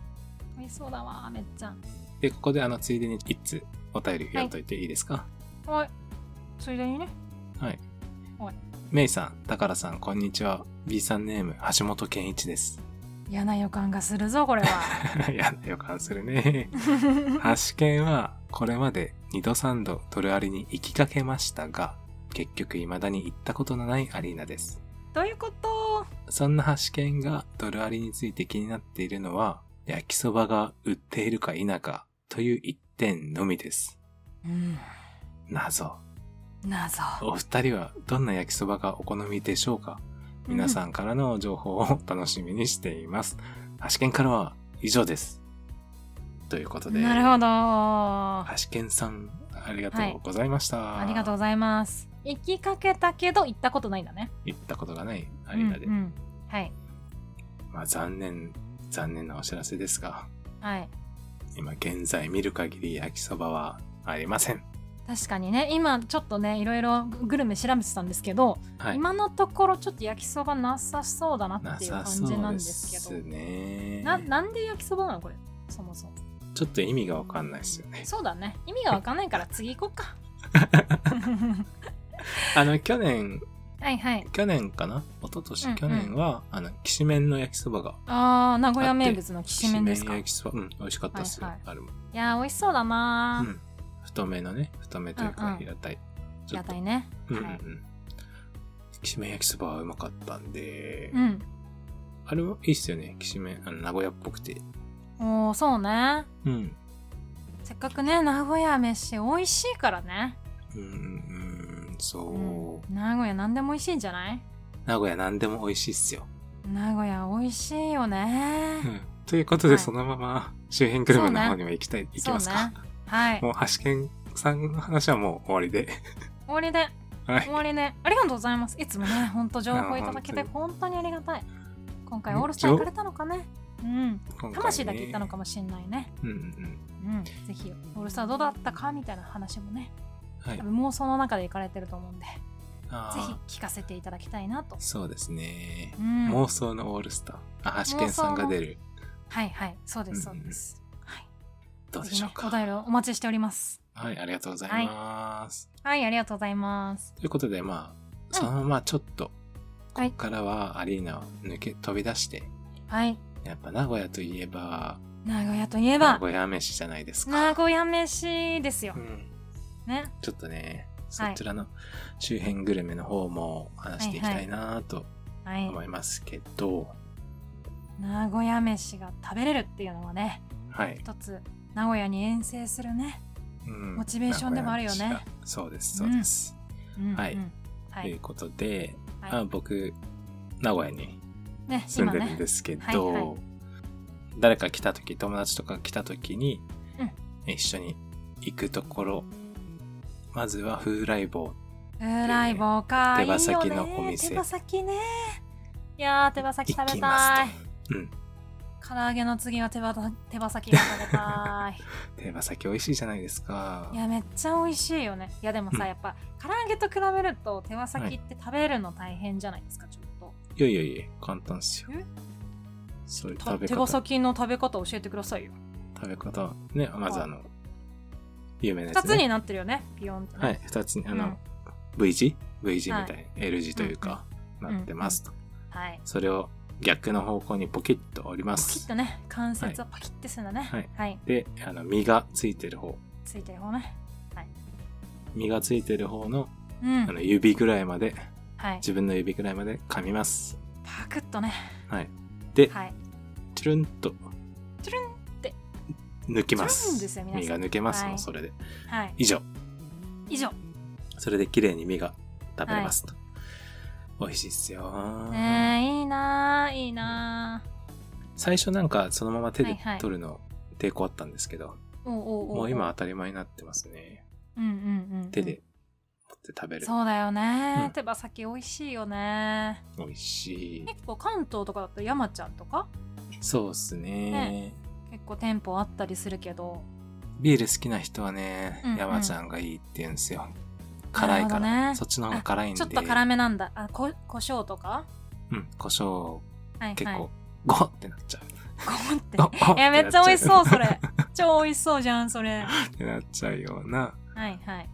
[SPEAKER 2] 美味しそうだわめっちゃ
[SPEAKER 1] で、ここであの、ついでに一通お便り読んどいていいですか
[SPEAKER 2] はい。ついでにね。
[SPEAKER 1] はい
[SPEAKER 2] はい。
[SPEAKER 1] メイさん、タカラさん、こんにちは。B さんネーム、橋本健一です。
[SPEAKER 2] 嫌な予感がするぞ、これは。
[SPEAKER 1] やな予感するね。ハシケンはこれまで2度3度ドルアリに行きかけましたが、結局未だに行ったことのないアリーナです。
[SPEAKER 2] どういうこと
[SPEAKER 1] そんなハシケンがドルアリについて気になっているのは、焼きそばが売っているか否かという一点のみです。
[SPEAKER 2] うん。
[SPEAKER 1] 謎。
[SPEAKER 2] 謎。
[SPEAKER 1] お二人はどんな焼きそばがお好みでしょうか皆さんからの情報を楽しみにしています。ハシケンからは以上です。ということで。
[SPEAKER 2] なるほど。
[SPEAKER 1] はしけんさん、ありがとうございました。
[SPEAKER 2] ありがとうございます。行きかけたけど行ったことないんだね。
[SPEAKER 1] 行ったことがないアリーナで。
[SPEAKER 2] うんうんはい。
[SPEAKER 1] まあ残念、残念なお知らせですが、
[SPEAKER 2] はい。
[SPEAKER 1] 今現在見る限り焼きそばはありません。
[SPEAKER 2] 確かにね、今ちょっとね、いろいろグルメ調べてたんですけど、
[SPEAKER 1] はい。
[SPEAKER 2] 今のところちょっと焼きそばなさそうだな
[SPEAKER 1] な
[SPEAKER 2] っていう
[SPEAKER 1] さ
[SPEAKER 2] 感
[SPEAKER 1] そ
[SPEAKER 2] じな
[SPEAKER 1] うんで
[SPEAKER 2] です
[SPEAKER 1] す
[SPEAKER 2] けど。
[SPEAKER 1] ね。
[SPEAKER 2] ななんで焼きそばなのこれそもそも
[SPEAKER 1] ちょっと意味がわかんないですよね。
[SPEAKER 2] そうだね意味がわかんないから次行 こっか
[SPEAKER 1] あの、去年、
[SPEAKER 2] はいはい
[SPEAKER 1] 去年かな一昨年、
[SPEAKER 2] うんうん
[SPEAKER 1] 去年は、あの、きしめんの焼きそばが、
[SPEAKER 2] あー名古屋名物のきしめんです
[SPEAKER 1] き
[SPEAKER 2] かい
[SPEAKER 1] 焼きそば、うん、美味しかったっすよ。
[SPEAKER 2] はいはい
[SPEAKER 1] あれも。
[SPEAKER 2] やー美味しそうだ
[SPEAKER 1] う
[SPEAKER 2] なー、
[SPEAKER 1] ん。太めのね、太めという
[SPEAKER 2] うんう
[SPEAKER 1] か
[SPEAKER 2] ん
[SPEAKER 1] 平たい。ちょ
[SPEAKER 2] 屋
[SPEAKER 1] っと
[SPEAKER 2] 台ね、
[SPEAKER 1] うんうんう
[SPEAKER 2] はい、
[SPEAKER 1] ん。きしめん焼きそばはうまかったんで、
[SPEAKER 2] うん
[SPEAKER 1] あれもいいっすよね。きしめん、あの名古屋っぽくて。
[SPEAKER 2] おーそうね
[SPEAKER 1] うん。
[SPEAKER 2] せっかくね名古屋飯美味しいからね、
[SPEAKER 1] うんうんうん、そう、
[SPEAKER 2] うん、名古屋何でも美味しいんじゃない
[SPEAKER 1] 名古屋なんでも美味しいっすよ。
[SPEAKER 2] 名古屋美味しいよね
[SPEAKER 1] うん。ということで、
[SPEAKER 2] はい
[SPEAKER 1] そのまま周辺グルメの
[SPEAKER 2] そうね
[SPEAKER 1] 方にも行きたい、 行き
[SPEAKER 2] そう
[SPEAKER 1] ま
[SPEAKER 2] ね
[SPEAKER 1] すか。
[SPEAKER 2] はい終
[SPEAKER 1] もう、橋健さんの話はもう終わりで。
[SPEAKER 2] わりで
[SPEAKER 1] はい
[SPEAKER 2] 終。わりねありがとうございますいつもね本 当情報いただけて
[SPEAKER 1] いや
[SPEAKER 2] 本当にありがたい今回
[SPEAKER 1] ね
[SPEAKER 2] オールスター行かれたのかねうん
[SPEAKER 1] 今回ね
[SPEAKER 2] 魂だけ行ったの。かもしれないね
[SPEAKER 1] うんうんうん。
[SPEAKER 2] うんぜひオールスターどうだったかみたいな話もね
[SPEAKER 1] はい
[SPEAKER 2] 多。分妄想の中で行かれてると思うんでぜ
[SPEAKER 1] あ
[SPEAKER 2] ひ聞かせていただきたいなと
[SPEAKER 1] ー、そうですね
[SPEAKER 2] う。ん
[SPEAKER 1] 妄想のオールスター。あ、橋健さんが出る。
[SPEAKER 2] はいはいそうですそうです、
[SPEAKER 1] どう
[SPEAKER 2] はい
[SPEAKER 1] で
[SPEAKER 2] ぜひ
[SPEAKER 1] しょ
[SPEAKER 2] ね
[SPEAKER 1] う
[SPEAKER 2] お
[SPEAKER 1] か。
[SPEAKER 2] 便りをお待ちしております
[SPEAKER 1] はい、ありがとうございます。
[SPEAKER 2] はいありがとうございます
[SPEAKER 1] ということで、まあ、
[SPEAKER 2] うん
[SPEAKER 1] そのままちょっと、
[SPEAKER 2] はい
[SPEAKER 1] ここからはアリーナを抜け、飛び出して、
[SPEAKER 2] はい
[SPEAKER 1] やっぱ名古屋といえば、
[SPEAKER 2] 名古屋といえ
[SPEAKER 1] 名
[SPEAKER 2] ば
[SPEAKER 1] 古屋飯じゃないです
[SPEAKER 2] 名
[SPEAKER 1] か。
[SPEAKER 2] 古屋飯ですよ
[SPEAKER 1] うん、
[SPEAKER 2] ね
[SPEAKER 1] ちょっとね、そちらの周辺グルメの方も話していきたいなと
[SPEAKER 2] はい
[SPEAKER 1] 思いますけど、
[SPEAKER 2] 名古屋飯が食べれるっていうのはね
[SPEAKER 1] はい。
[SPEAKER 2] 一つ名古屋に遠征するね、
[SPEAKER 1] うん
[SPEAKER 2] モチベーションでもあるよね。
[SPEAKER 1] 名古屋飯がそうです、そうです。
[SPEAKER 2] うん
[SPEAKER 1] はい
[SPEAKER 2] うんは
[SPEAKER 1] という
[SPEAKER 2] い
[SPEAKER 1] ことで、
[SPEAKER 2] はい
[SPEAKER 1] まあ僕、名古屋に
[SPEAKER 2] ね
[SPEAKER 1] 住ん
[SPEAKER 2] 今
[SPEAKER 1] でるん
[SPEAKER 2] ね
[SPEAKER 1] ですけど、
[SPEAKER 2] はいはい
[SPEAKER 1] 誰か来た時友達とか来た時に、
[SPEAKER 2] うん
[SPEAKER 1] 一緒に行くところまずは風来坊
[SPEAKER 2] フライボーか
[SPEAKER 1] 手羽先
[SPEAKER 2] いいよ
[SPEAKER 1] のお店
[SPEAKER 2] ね手羽先ねいやー手羽先
[SPEAKER 1] 行
[SPEAKER 2] 食べ
[SPEAKER 1] き
[SPEAKER 2] た
[SPEAKER 1] ま
[SPEAKER 2] い
[SPEAKER 1] すとうん
[SPEAKER 2] 唐揚げの次は手羽た手羽先が食べた
[SPEAKER 1] 手羽先美味しいじゃないですか
[SPEAKER 2] いいやめっちゃ美味しいよねいやでもさ、
[SPEAKER 1] うん
[SPEAKER 2] やっぱ唐揚げと比べると手羽先って食べるの大変じゃないですかちょっ
[SPEAKER 1] い
[SPEAKER 2] と
[SPEAKER 1] やいやいや簡単っすよ
[SPEAKER 2] え
[SPEAKER 1] そういう
[SPEAKER 2] た
[SPEAKER 1] 食べ
[SPEAKER 2] 手羽
[SPEAKER 1] 方食
[SPEAKER 2] 先の食べ方教えてくださいよ、
[SPEAKER 1] べ方ねまずあの有名なや
[SPEAKER 2] 二
[SPEAKER 1] つ、
[SPEAKER 2] つに
[SPEAKER 1] ね、
[SPEAKER 2] なってるよねピヨンってね、
[SPEAKER 1] はい二つにあの、
[SPEAKER 2] うん
[SPEAKER 1] V 字 V 字み
[SPEAKER 2] はい
[SPEAKER 1] たいな、L 字というか、
[SPEAKER 2] ん
[SPEAKER 1] なってますと、
[SPEAKER 2] はい
[SPEAKER 1] それを逆の方向にポキッと折りま
[SPEAKER 2] パキッ
[SPEAKER 1] す
[SPEAKER 2] とね関節をパキッてするんだね
[SPEAKER 1] はい
[SPEAKER 2] はい、
[SPEAKER 1] であの身がついてる方
[SPEAKER 2] ついてる方ね
[SPEAKER 1] 身がついてる方の
[SPEAKER 2] うん
[SPEAKER 1] あの指ぐらいまで
[SPEAKER 2] はい
[SPEAKER 1] 自分の指ぐらいまで噛みます
[SPEAKER 2] パクッとね
[SPEAKER 1] はいで、
[SPEAKER 2] はい
[SPEAKER 1] チュルンと
[SPEAKER 2] チュルンって
[SPEAKER 1] 抜きま
[SPEAKER 2] チュルン
[SPEAKER 1] す
[SPEAKER 2] ですよ皆
[SPEAKER 1] 身
[SPEAKER 2] さ
[SPEAKER 1] が
[SPEAKER 2] ん
[SPEAKER 1] 抜けますもう
[SPEAKER 2] はい
[SPEAKER 1] それで
[SPEAKER 2] はい
[SPEAKER 1] 以上
[SPEAKER 2] 以上
[SPEAKER 1] それで綺麗に身が食べれますと、美味しいっすよー、
[SPEAKER 2] ねえいいなあいいなあ
[SPEAKER 1] 最初なんかそのまま手
[SPEAKER 2] はい
[SPEAKER 1] で
[SPEAKER 2] はい
[SPEAKER 1] 取るの抵抗あったんですけど、
[SPEAKER 2] おうおうおお
[SPEAKER 1] もう今当たり前になってますね
[SPEAKER 2] うんうんうんうん
[SPEAKER 1] 手で持って食べる、
[SPEAKER 2] そうだよ
[SPEAKER 1] う
[SPEAKER 2] ね
[SPEAKER 1] ん
[SPEAKER 2] 手羽先美味しいよね
[SPEAKER 1] 美味しい
[SPEAKER 2] 結構関東とかだと山ちゃんとか
[SPEAKER 1] そうっすね
[SPEAKER 2] ね結構店舗あったりするけど
[SPEAKER 1] ビール好きな人はね、
[SPEAKER 2] うんうん
[SPEAKER 1] 山ちゃんがいいって言うんですよ辛いか
[SPEAKER 2] なるほど
[SPEAKER 1] ら、
[SPEAKER 2] ね
[SPEAKER 1] そっちの方が辛いんで
[SPEAKER 2] ちょっと辛めなんだあこ胡椒とか
[SPEAKER 1] うん、胡椒
[SPEAKER 2] はいはい
[SPEAKER 1] 結構、ゴッってなっちゃう。
[SPEAKER 2] ゴン って
[SPEAKER 1] ああ
[SPEAKER 2] いやめっちゃ美味しそううそれ 超美味しそうじゃんそれ
[SPEAKER 1] ってなっちゃうような
[SPEAKER 2] はいはい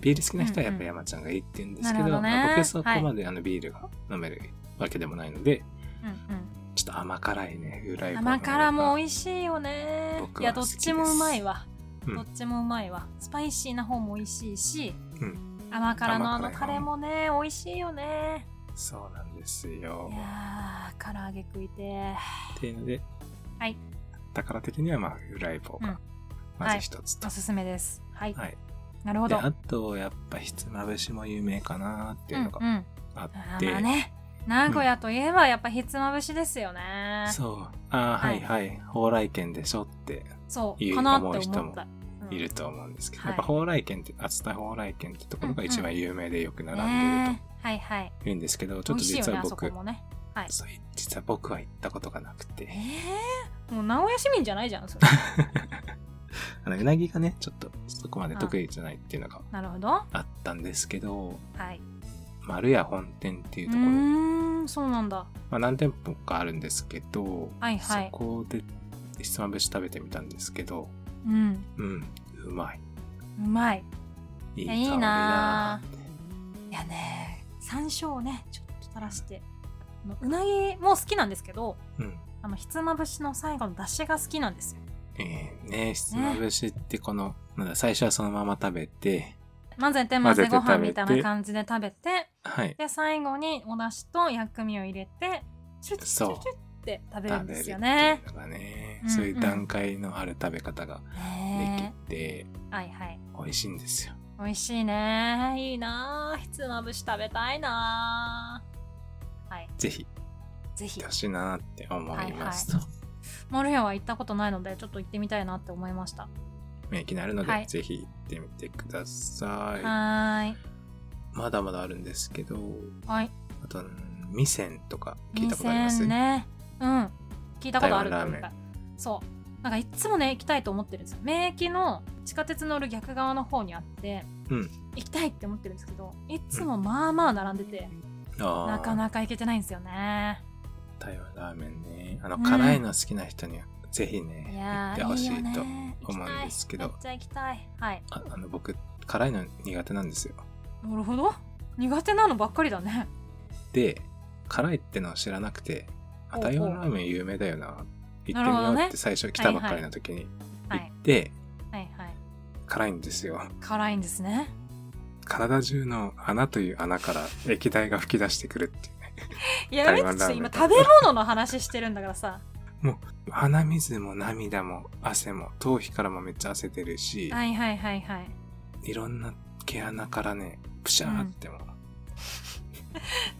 [SPEAKER 1] ビール好きな人はやっぱ山ちゃんがいいって言うんですけど,、
[SPEAKER 2] うんうんなるほどね
[SPEAKER 1] まあ僕はそこまであのビールが飲めるわけでもないので、
[SPEAKER 2] うん
[SPEAKER 1] ちょっと甘辛いねフラ
[SPEAKER 2] う
[SPEAKER 1] イ
[SPEAKER 2] ん
[SPEAKER 1] パンの
[SPEAKER 2] 甘辛も美味しいよね
[SPEAKER 1] 僕
[SPEAKER 2] い
[SPEAKER 1] は
[SPEAKER 2] や
[SPEAKER 1] 好
[SPEAKER 2] どっ
[SPEAKER 1] きです
[SPEAKER 2] ちもうまいわ、
[SPEAKER 1] うん
[SPEAKER 2] どっちもうまいわスパイシーな方も美味しいし、
[SPEAKER 1] う
[SPEAKER 2] 甘辛のあ
[SPEAKER 1] 甘
[SPEAKER 2] の
[SPEAKER 1] 辛い
[SPEAKER 2] タレもね美味しいよね
[SPEAKER 1] そうなんですよ
[SPEAKER 2] いやー唐揚げ食いてー
[SPEAKER 1] っていうので、
[SPEAKER 2] はい、
[SPEAKER 1] 宝的にはまあフライパン
[SPEAKER 2] うん
[SPEAKER 1] がまず一つと、
[SPEAKER 2] おすすめですはい、
[SPEAKER 1] はい
[SPEAKER 2] なるほ
[SPEAKER 1] で
[SPEAKER 2] ど
[SPEAKER 1] あとやっぱひつまぶしも有名かなっていうのが
[SPEAKER 2] うんうん
[SPEAKER 1] あ
[SPEAKER 2] あ
[SPEAKER 1] っ
[SPEAKER 2] ー
[SPEAKER 1] て、
[SPEAKER 2] まあね名古屋といえばやっぱひつまぶしですよね、
[SPEAKER 1] そうああー
[SPEAKER 2] は
[SPEAKER 1] はいいはい、蓬莱県でしょって
[SPEAKER 2] そう
[SPEAKER 1] いい
[SPEAKER 2] かなって思
[SPEAKER 1] 思う人も
[SPEAKER 2] った、うん
[SPEAKER 1] いると思うんですけど、
[SPEAKER 2] はい
[SPEAKER 1] やっぱ蓬莱県って熱田蓬莱県ってところが一番有名でよく並んでる
[SPEAKER 2] ねえはいはい
[SPEAKER 1] というんですけど、ちょ
[SPEAKER 2] 美
[SPEAKER 1] っと
[SPEAKER 2] 味しいよ
[SPEAKER 1] 実
[SPEAKER 2] ね
[SPEAKER 1] は
[SPEAKER 2] あそ
[SPEAKER 1] 僕
[SPEAKER 2] こもねはい
[SPEAKER 1] そう実は僕は行ったことがなくて
[SPEAKER 2] えー、もう名古屋市民じゃないじゃ んそれ
[SPEAKER 1] あのうなぎがねちょっとそこまで得意じゃないっていうのが
[SPEAKER 2] なるほどは
[SPEAKER 1] あったんですけど
[SPEAKER 2] い
[SPEAKER 1] 丸屋本店っていううところ、ま
[SPEAKER 2] ーんそうなんだ
[SPEAKER 1] あ、何店舗かあるんですけど、
[SPEAKER 2] はいはい
[SPEAKER 1] そこでひつまぶし食べてみたんですけど
[SPEAKER 2] うん
[SPEAKER 1] うんうまいう
[SPEAKER 2] まい
[SPEAKER 1] いい
[SPEAKER 2] い
[SPEAKER 1] 香
[SPEAKER 2] や
[SPEAKER 1] り
[SPEAKER 2] いい
[SPEAKER 1] だ
[SPEAKER 2] なぁいやね山椒をねちょっと垂らしてあのうなぎも好きなんですけど
[SPEAKER 1] うん
[SPEAKER 2] あのひつまぶしの最後の出汁が好きなんですよ
[SPEAKER 1] えー、ねひつまぶしってこの、なんだ最初はそのまま食べて
[SPEAKER 2] 混ぜて混ぜご
[SPEAKER 1] 混ぜて
[SPEAKER 2] 飯
[SPEAKER 1] 食べて
[SPEAKER 2] みたいな感じで食べて
[SPEAKER 1] はい
[SPEAKER 2] で最後にお出汁と薬味を入れてチュッチュッチュッチュッって食べるん
[SPEAKER 1] 食べる
[SPEAKER 2] で
[SPEAKER 1] っ
[SPEAKER 2] す
[SPEAKER 1] てい
[SPEAKER 2] よ
[SPEAKER 1] う
[SPEAKER 2] ね
[SPEAKER 1] のがね、
[SPEAKER 2] うんうん
[SPEAKER 1] そういう段階のある食べ方がで
[SPEAKER 2] ね
[SPEAKER 1] きて
[SPEAKER 2] えはいはい
[SPEAKER 1] 美味しいんですよ
[SPEAKER 2] 美味しいねいいなぁひつまぶし食べたいなぁはい
[SPEAKER 1] ぜひ
[SPEAKER 2] ぜひ
[SPEAKER 1] 行ってほしいなって思いますと、
[SPEAKER 2] モルヘアは行ったことないのでちょっと行ってみたいなって思いました
[SPEAKER 1] 免疫になるので、
[SPEAKER 2] はい
[SPEAKER 1] ぜひ行ってみてください、
[SPEAKER 2] はーい
[SPEAKER 1] まだまだあるんですけど
[SPEAKER 2] はい
[SPEAKER 1] あとうん味仙とか聞いたことあります
[SPEAKER 2] 2000ねうん聞いたことある
[SPEAKER 1] 台湾ラーメン
[SPEAKER 2] そうなんかいっつもね行きたいと思ってるんですよ名駅の地下鉄乗る逆側の方にあって、
[SPEAKER 1] うん
[SPEAKER 2] 行きたいって思ってるんですけどいっつもまあまあ並んでて、
[SPEAKER 1] あー
[SPEAKER 2] なかなか行けてないんですよね
[SPEAKER 1] 台湾ラーメンねあの、
[SPEAKER 2] うん
[SPEAKER 1] 辛いの好きな人にはぜひね
[SPEAKER 2] い
[SPEAKER 1] 行
[SPEAKER 2] や
[SPEAKER 1] って
[SPEAKER 2] ー
[SPEAKER 1] ほ
[SPEAKER 2] い
[SPEAKER 1] し
[SPEAKER 2] いよ
[SPEAKER 1] いと
[SPEAKER 2] ね
[SPEAKER 1] 思うんですけど
[SPEAKER 2] 行きたいめっちゃ行きたいはい
[SPEAKER 1] ああの僕辛いの苦手なんですよ
[SPEAKER 2] なるほど苦手なのばっかりだね
[SPEAKER 1] で辛いってのを知らなくてあ
[SPEAKER 2] ほうほう
[SPEAKER 1] 台湾ラーメン有名だよな行
[SPEAKER 2] な
[SPEAKER 1] っ
[SPEAKER 2] る
[SPEAKER 1] てみ
[SPEAKER 2] ほど
[SPEAKER 1] よ
[SPEAKER 2] ね
[SPEAKER 1] うって最初来たばっかりの時に
[SPEAKER 2] は
[SPEAKER 1] 行
[SPEAKER 2] い
[SPEAKER 1] って、
[SPEAKER 2] はいはい
[SPEAKER 1] 辛いんですよ
[SPEAKER 2] 辛いんですね
[SPEAKER 1] 体中の穴という穴から液体が噴き出してくるっていうね
[SPEAKER 2] いややめて
[SPEAKER 1] 台湾
[SPEAKER 2] ち
[SPEAKER 1] ラ
[SPEAKER 2] ょっ
[SPEAKER 1] ーメ
[SPEAKER 2] と
[SPEAKER 1] ン
[SPEAKER 2] 今食べ物の話してるんだからさ
[SPEAKER 1] 鼻水も涙も汗も頭皮からもめっちゃ汗出るし、
[SPEAKER 2] はいはいはいはい
[SPEAKER 1] い、ろんな毛穴からねプシャーっても、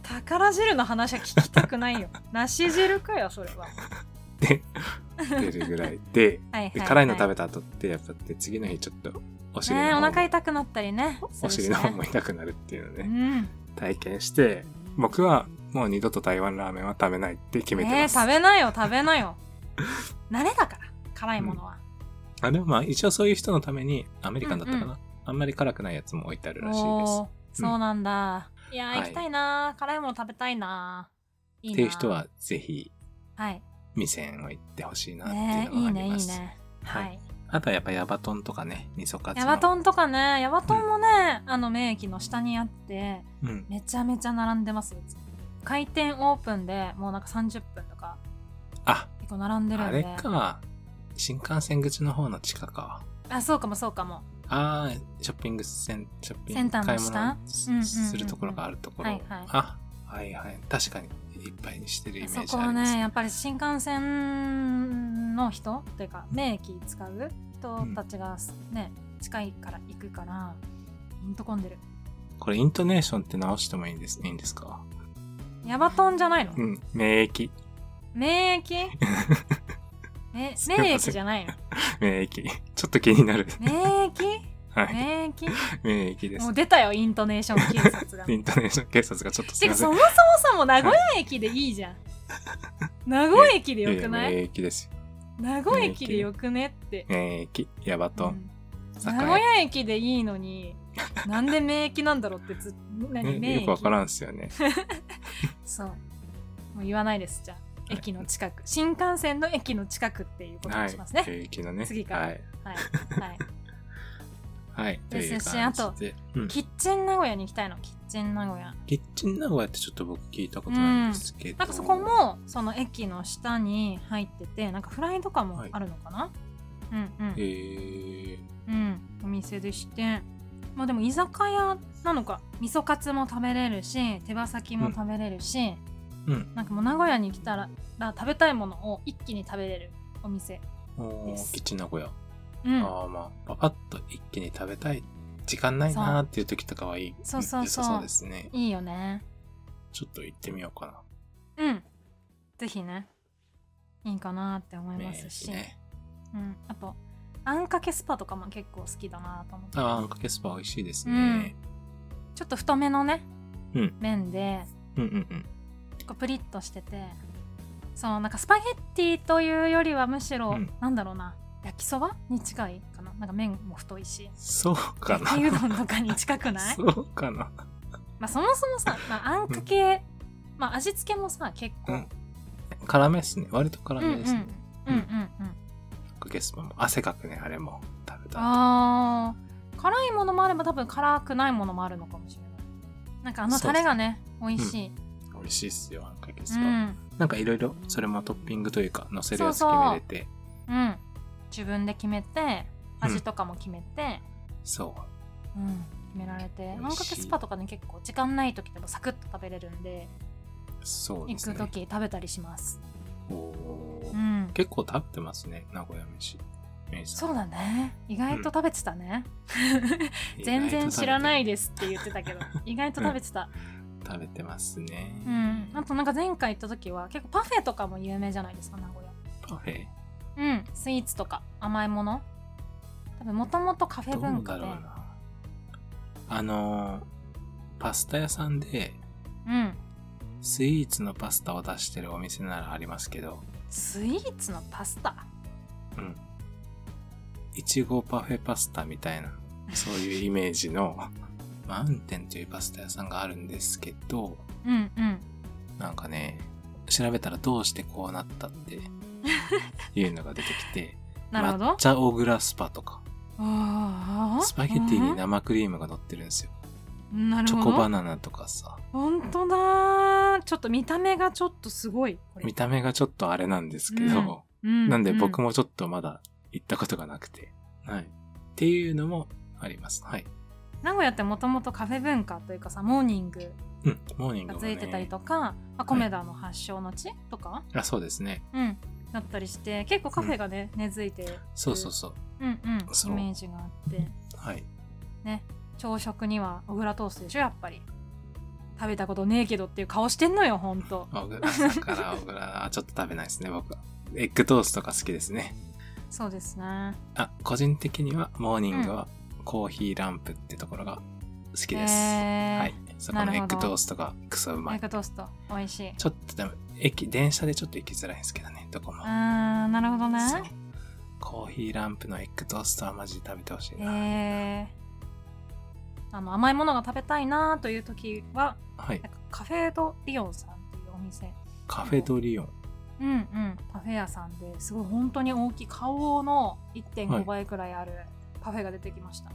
[SPEAKER 2] 宝汁の話は聞きた くないよ。なし汁かよ、それは。
[SPEAKER 1] 出るぐらいで
[SPEAKER 2] はい
[SPEAKER 1] で辛いの食
[SPEAKER 2] べ
[SPEAKER 1] べた後ってやっぱって次の日ちょっとお尻
[SPEAKER 2] ねえ、
[SPEAKER 1] の方
[SPEAKER 2] お
[SPEAKER 1] も
[SPEAKER 2] 腹痛くなったりね。
[SPEAKER 1] お尻の方も
[SPEAKER 2] す
[SPEAKER 1] 痛くなるっていうのね、
[SPEAKER 2] るしね
[SPEAKER 1] 体験して僕はもう二度と台湾ラーメンは食べないって決
[SPEAKER 2] うん。
[SPEAKER 1] めて
[SPEAKER 2] ねえ、
[SPEAKER 1] ます、
[SPEAKER 2] 食べなよ、食べなよ。慣れだから、辛いものは。
[SPEAKER 1] あでもまあ一応そういう人のためにアメリカンだったかな、
[SPEAKER 2] うんう
[SPEAKER 1] あんまり辛くないやつも置いてあるらしいで
[SPEAKER 2] お
[SPEAKER 1] す
[SPEAKER 2] ーそうなんだ。いやー、
[SPEAKER 1] はい
[SPEAKER 2] 行きたいなー。辛いもの食べたいなー。いいなー
[SPEAKER 1] っていう人。はぜひ
[SPEAKER 2] はい。
[SPEAKER 1] 店を行ってほしいなって
[SPEAKER 2] ね
[SPEAKER 1] いう
[SPEAKER 2] え、
[SPEAKER 1] のがあ
[SPEAKER 2] いいね、い
[SPEAKER 1] り
[SPEAKER 2] い
[SPEAKER 1] ます、
[SPEAKER 2] ね。は
[SPEAKER 1] はい
[SPEAKER 2] い。
[SPEAKER 1] あとはやっぱヤバトンとかね味噌カツ
[SPEAKER 2] ヤ
[SPEAKER 1] の
[SPEAKER 2] バトンとかね、ヤバトンもね、あの、名駅の下にあって、
[SPEAKER 1] うん
[SPEAKER 2] めちゃめちゃ並んでますよ。いつも開店オープンでもうなんか30分とか
[SPEAKER 1] あ
[SPEAKER 2] 結構並んでる
[SPEAKER 1] あ
[SPEAKER 2] んで
[SPEAKER 1] れか新幹線口の方の地下か
[SPEAKER 2] あそうかもそうかも
[SPEAKER 1] あーショッピングセンショッピ
[SPEAKER 2] セ
[SPEAKER 1] ン
[SPEAKER 2] ン
[SPEAKER 1] グ
[SPEAKER 2] ターの
[SPEAKER 1] 買い
[SPEAKER 2] 下
[SPEAKER 1] 物
[SPEAKER 2] うんうんうんうん
[SPEAKER 1] するところがあるところ、
[SPEAKER 2] はいはい
[SPEAKER 1] あはいはい確かにいっぱいにしてるイメージ
[SPEAKER 2] そ
[SPEAKER 1] あります
[SPEAKER 2] こはねやっぱり新幹線の人というか名駅使う人たちがね、近いから行くからほんと混んでる
[SPEAKER 1] これイントネーションって直してもいいんですいいんですか
[SPEAKER 2] ヤバトンじゃないの、
[SPEAKER 1] うん免疫
[SPEAKER 2] 名駅え
[SPEAKER 1] すいません
[SPEAKER 2] 名駅じゃないの
[SPEAKER 1] 免疫ちょっと気になる
[SPEAKER 2] 名駅
[SPEAKER 1] はい
[SPEAKER 2] 名駅
[SPEAKER 1] 免疫 で
[SPEAKER 2] もう
[SPEAKER 1] す
[SPEAKER 2] 出たよイントネーション警察が
[SPEAKER 1] イントネーション警察がちょっとす
[SPEAKER 2] て
[SPEAKER 1] い
[SPEAKER 2] か
[SPEAKER 1] ません
[SPEAKER 2] そもそもさもう名古屋駅でいいじゃん 名古屋駅でよくない
[SPEAKER 1] やや免疫ですよ
[SPEAKER 2] 名古屋駅でよくねって
[SPEAKER 1] 免疫ヤバト
[SPEAKER 2] う
[SPEAKER 1] ン、
[SPEAKER 2] ん
[SPEAKER 1] 栄
[SPEAKER 2] 名古屋駅でいいのになんで免疫なんだろうって ず何
[SPEAKER 1] ね、
[SPEAKER 2] 免疫
[SPEAKER 1] よ くわからんっすよね
[SPEAKER 2] そうもう言わないですじゃあ駅の近く、新幹線の駅の近くっていうこと
[SPEAKER 1] はい
[SPEAKER 2] にしますね。はい。
[SPEAKER 1] 兵役のね
[SPEAKER 2] 次から
[SPEAKER 1] はい
[SPEAKER 2] はい
[SPEAKER 1] はいという
[SPEAKER 2] ですし
[SPEAKER 1] 感じで、うん、
[SPEAKER 2] キッチン名古屋に行きたいの、キッチン名古屋。
[SPEAKER 1] キッチン名古屋ってちょっと僕聞いたことないんですけど、
[SPEAKER 2] なんかそこも、その駅の下に入ってて、なんかフライとかもあるのかな、うんうん
[SPEAKER 1] え。ー、
[SPEAKER 2] うん、お店でしてまあでも居酒屋なのか味噌カツも食べれるし手羽先も食べれるし、
[SPEAKER 1] うん
[SPEAKER 2] なんかもう名古屋に来たらら食べたいものを一気に食べれるお店、
[SPEAKER 1] お
[SPEAKER 2] で
[SPEAKER 1] ー
[SPEAKER 2] す
[SPEAKER 1] キッチン名古屋、
[SPEAKER 2] うん、
[SPEAKER 1] ああまあパパッと一気に食べたい時間ないなーっていう時とかはいい
[SPEAKER 2] そうそうそ
[SPEAKER 1] 良さ
[SPEAKER 2] う
[SPEAKER 1] そうですね
[SPEAKER 2] いいよね
[SPEAKER 1] ちょっと行ってみようか
[SPEAKER 2] うんぜひねいいかなって思
[SPEAKER 1] ない
[SPEAKER 2] ますし、
[SPEAKER 1] ね
[SPEAKER 2] うん、あとあんかけスパとかも結構好きだなと思って
[SPEAKER 1] あーあんかけスパ美味しいですね、
[SPEAKER 2] ちょっと太めのね、
[SPEAKER 1] うん
[SPEAKER 2] 麺で
[SPEAKER 1] うん、うんうん
[SPEAKER 2] こうプリッとしててそのなんかスパゲッティというよりはむしろ、
[SPEAKER 1] うん
[SPEAKER 2] なんだろうな焼きそばに近いかななんか麺も太いし
[SPEAKER 1] そうかな、
[SPEAKER 2] 焼きうどんとかに近くない
[SPEAKER 1] そうかな
[SPEAKER 2] まあ、そもそもさ、まあ、あんかけ、まあ、味付けもさ結構、
[SPEAKER 1] うん辛めですね割と辛
[SPEAKER 2] うんうん、
[SPEAKER 1] めですね、
[SPEAKER 2] うんうんうん
[SPEAKER 1] あんかけスパも汗かくねあれも食べたら
[SPEAKER 2] あー辛いものもあれば多分辛くないものもあるのかもしれないなんかあのタレがね美味しい、
[SPEAKER 1] 美味しいっすよあんかけス
[SPEAKER 2] う
[SPEAKER 1] パ、
[SPEAKER 2] ん
[SPEAKER 1] なんかいろいろそれもトッピングというか乗せるやつ決めれて
[SPEAKER 2] うん、自分で決めて味とかも決めて、
[SPEAKER 1] そう
[SPEAKER 2] うん、決められて
[SPEAKER 1] 美味しい
[SPEAKER 2] あんかけスパとかね結構時間ない時でもサクッと食べれるんで
[SPEAKER 1] そうで
[SPEAKER 2] 行
[SPEAKER 1] す
[SPEAKER 2] く
[SPEAKER 1] ね
[SPEAKER 2] 時食べたりします、
[SPEAKER 1] おー
[SPEAKER 2] うん、
[SPEAKER 1] 結構食べてますね名古屋飯メイさん
[SPEAKER 2] そうだね意外と食べてたね、全然知らないですって言ってたけど意外と食べてた、
[SPEAKER 1] 食べてますね、
[SPEAKER 2] うん、あとなんか前回行った時は結構パフェとかも有名じゃないですか名古屋
[SPEAKER 1] パフェ
[SPEAKER 2] うんスイーツとか甘いもの多分もともとカフェ
[SPEAKER 1] どう
[SPEAKER 2] 文
[SPEAKER 1] だ
[SPEAKER 2] 化
[SPEAKER 1] ろ
[SPEAKER 2] で
[SPEAKER 1] うなあのーパスタ屋さんで
[SPEAKER 2] うん
[SPEAKER 1] スイーツのパスタを出してるお店ならありますけど
[SPEAKER 2] スイーツのパスタ
[SPEAKER 1] うんいちごパフェパスタみたいなそういうイメージの マウンテンというパスタ屋さんがあるんですけど
[SPEAKER 2] うんうん
[SPEAKER 1] なんかね調べたらどうしてこうなったっていうのが出てきて
[SPEAKER 2] なるほど
[SPEAKER 1] 抹茶オグラスパとか
[SPEAKER 2] あー
[SPEAKER 1] スパゲッティに生クリームが乗ってるんですよ
[SPEAKER 2] うんなる
[SPEAKER 1] チ
[SPEAKER 2] ほど
[SPEAKER 1] ョコバナナとかさ
[SPEAKER 2] 本当だーちょっと見た目がちょっとすごいこれ
[SPEAKER 1] 見た目がちょっとあれなんですけど、
[SPEAKER 2] うん
[SPEAKER 1] なんで僕
[SPEAKER 2] も、
[SPEAKER 1] もちょっとまだ行ったことがなくて、はいっていうのもありますはい
[SPEAKER 2] 名古屋ってもともとカフェ文化というかさモーニング
[SPEAKER 1] うんモーニング
[SPEAKER 2] が
[SPEAKER 1] も
[SPEAKER 2] つ
[SPEAKER 1] ね
[SPEAKER 2] いてたりとか、まあ、コメダの発祥の地とか、
[SPEAKER 1] あそうですね
[SPEAKER 2] うんだったりして結構カフェがね、根付いてる
[SPEAKER 1] そうそうそう
[SPEAKER 2] うんうんイ
[SPEAKER 1] そう
[SPEAKER 2] メージがあって
[SPEAKER 1] はい
[SPEAKER 2] 朝食には小倉トーストでしょやっぱり食べたことねえけどっていう顔してんのよほんと
[SPEAKER 1] 小倉さんから小倉あちょっと食べないですね僕はエッグトーストが好きですね
[SPEAKER 2] そうですね
[SPEAKER 1] あ個人的にはモーニングはコーヒーランプってところが好きです、
[SPEAKER 2] へー
[SPEAKER 1] はいそこ
[SPEAKER 2] な
[SPEAKER 1] のエッ
[SPEAKER 2] るほど
[SPEAKER 1] グトーストがクソうま
[SPEAKER 2] エ
[SPEAKER 1] い
[SPEAKER 2] ッグトースト美味しい
[SPEAKER 1] ちょっとでも駅電車でちょっと行きづらいんですけどねどこも
[SPEAKER 2] あーなるほどね
[SPEAKER 1] そうコーヒーランプのエッグトーストはマジで食べてほしいな、
[SPEAKER 2] えー、あの甘いものが食べたいなという時は
[SPEAKER 1] はい
[SPEAKER 2] なんかカフェドリオンさんっていうお店
[SPEAKER 1] カフェドリオン
[SPEAKER 2] うんうんパフェ屋さんですごい本当に大きい顔の
[SPEAKER 1] はい
[SPEAKER 2] 1.5倍くらいあるパフェが出てきました、
[SPEAKER 1] へ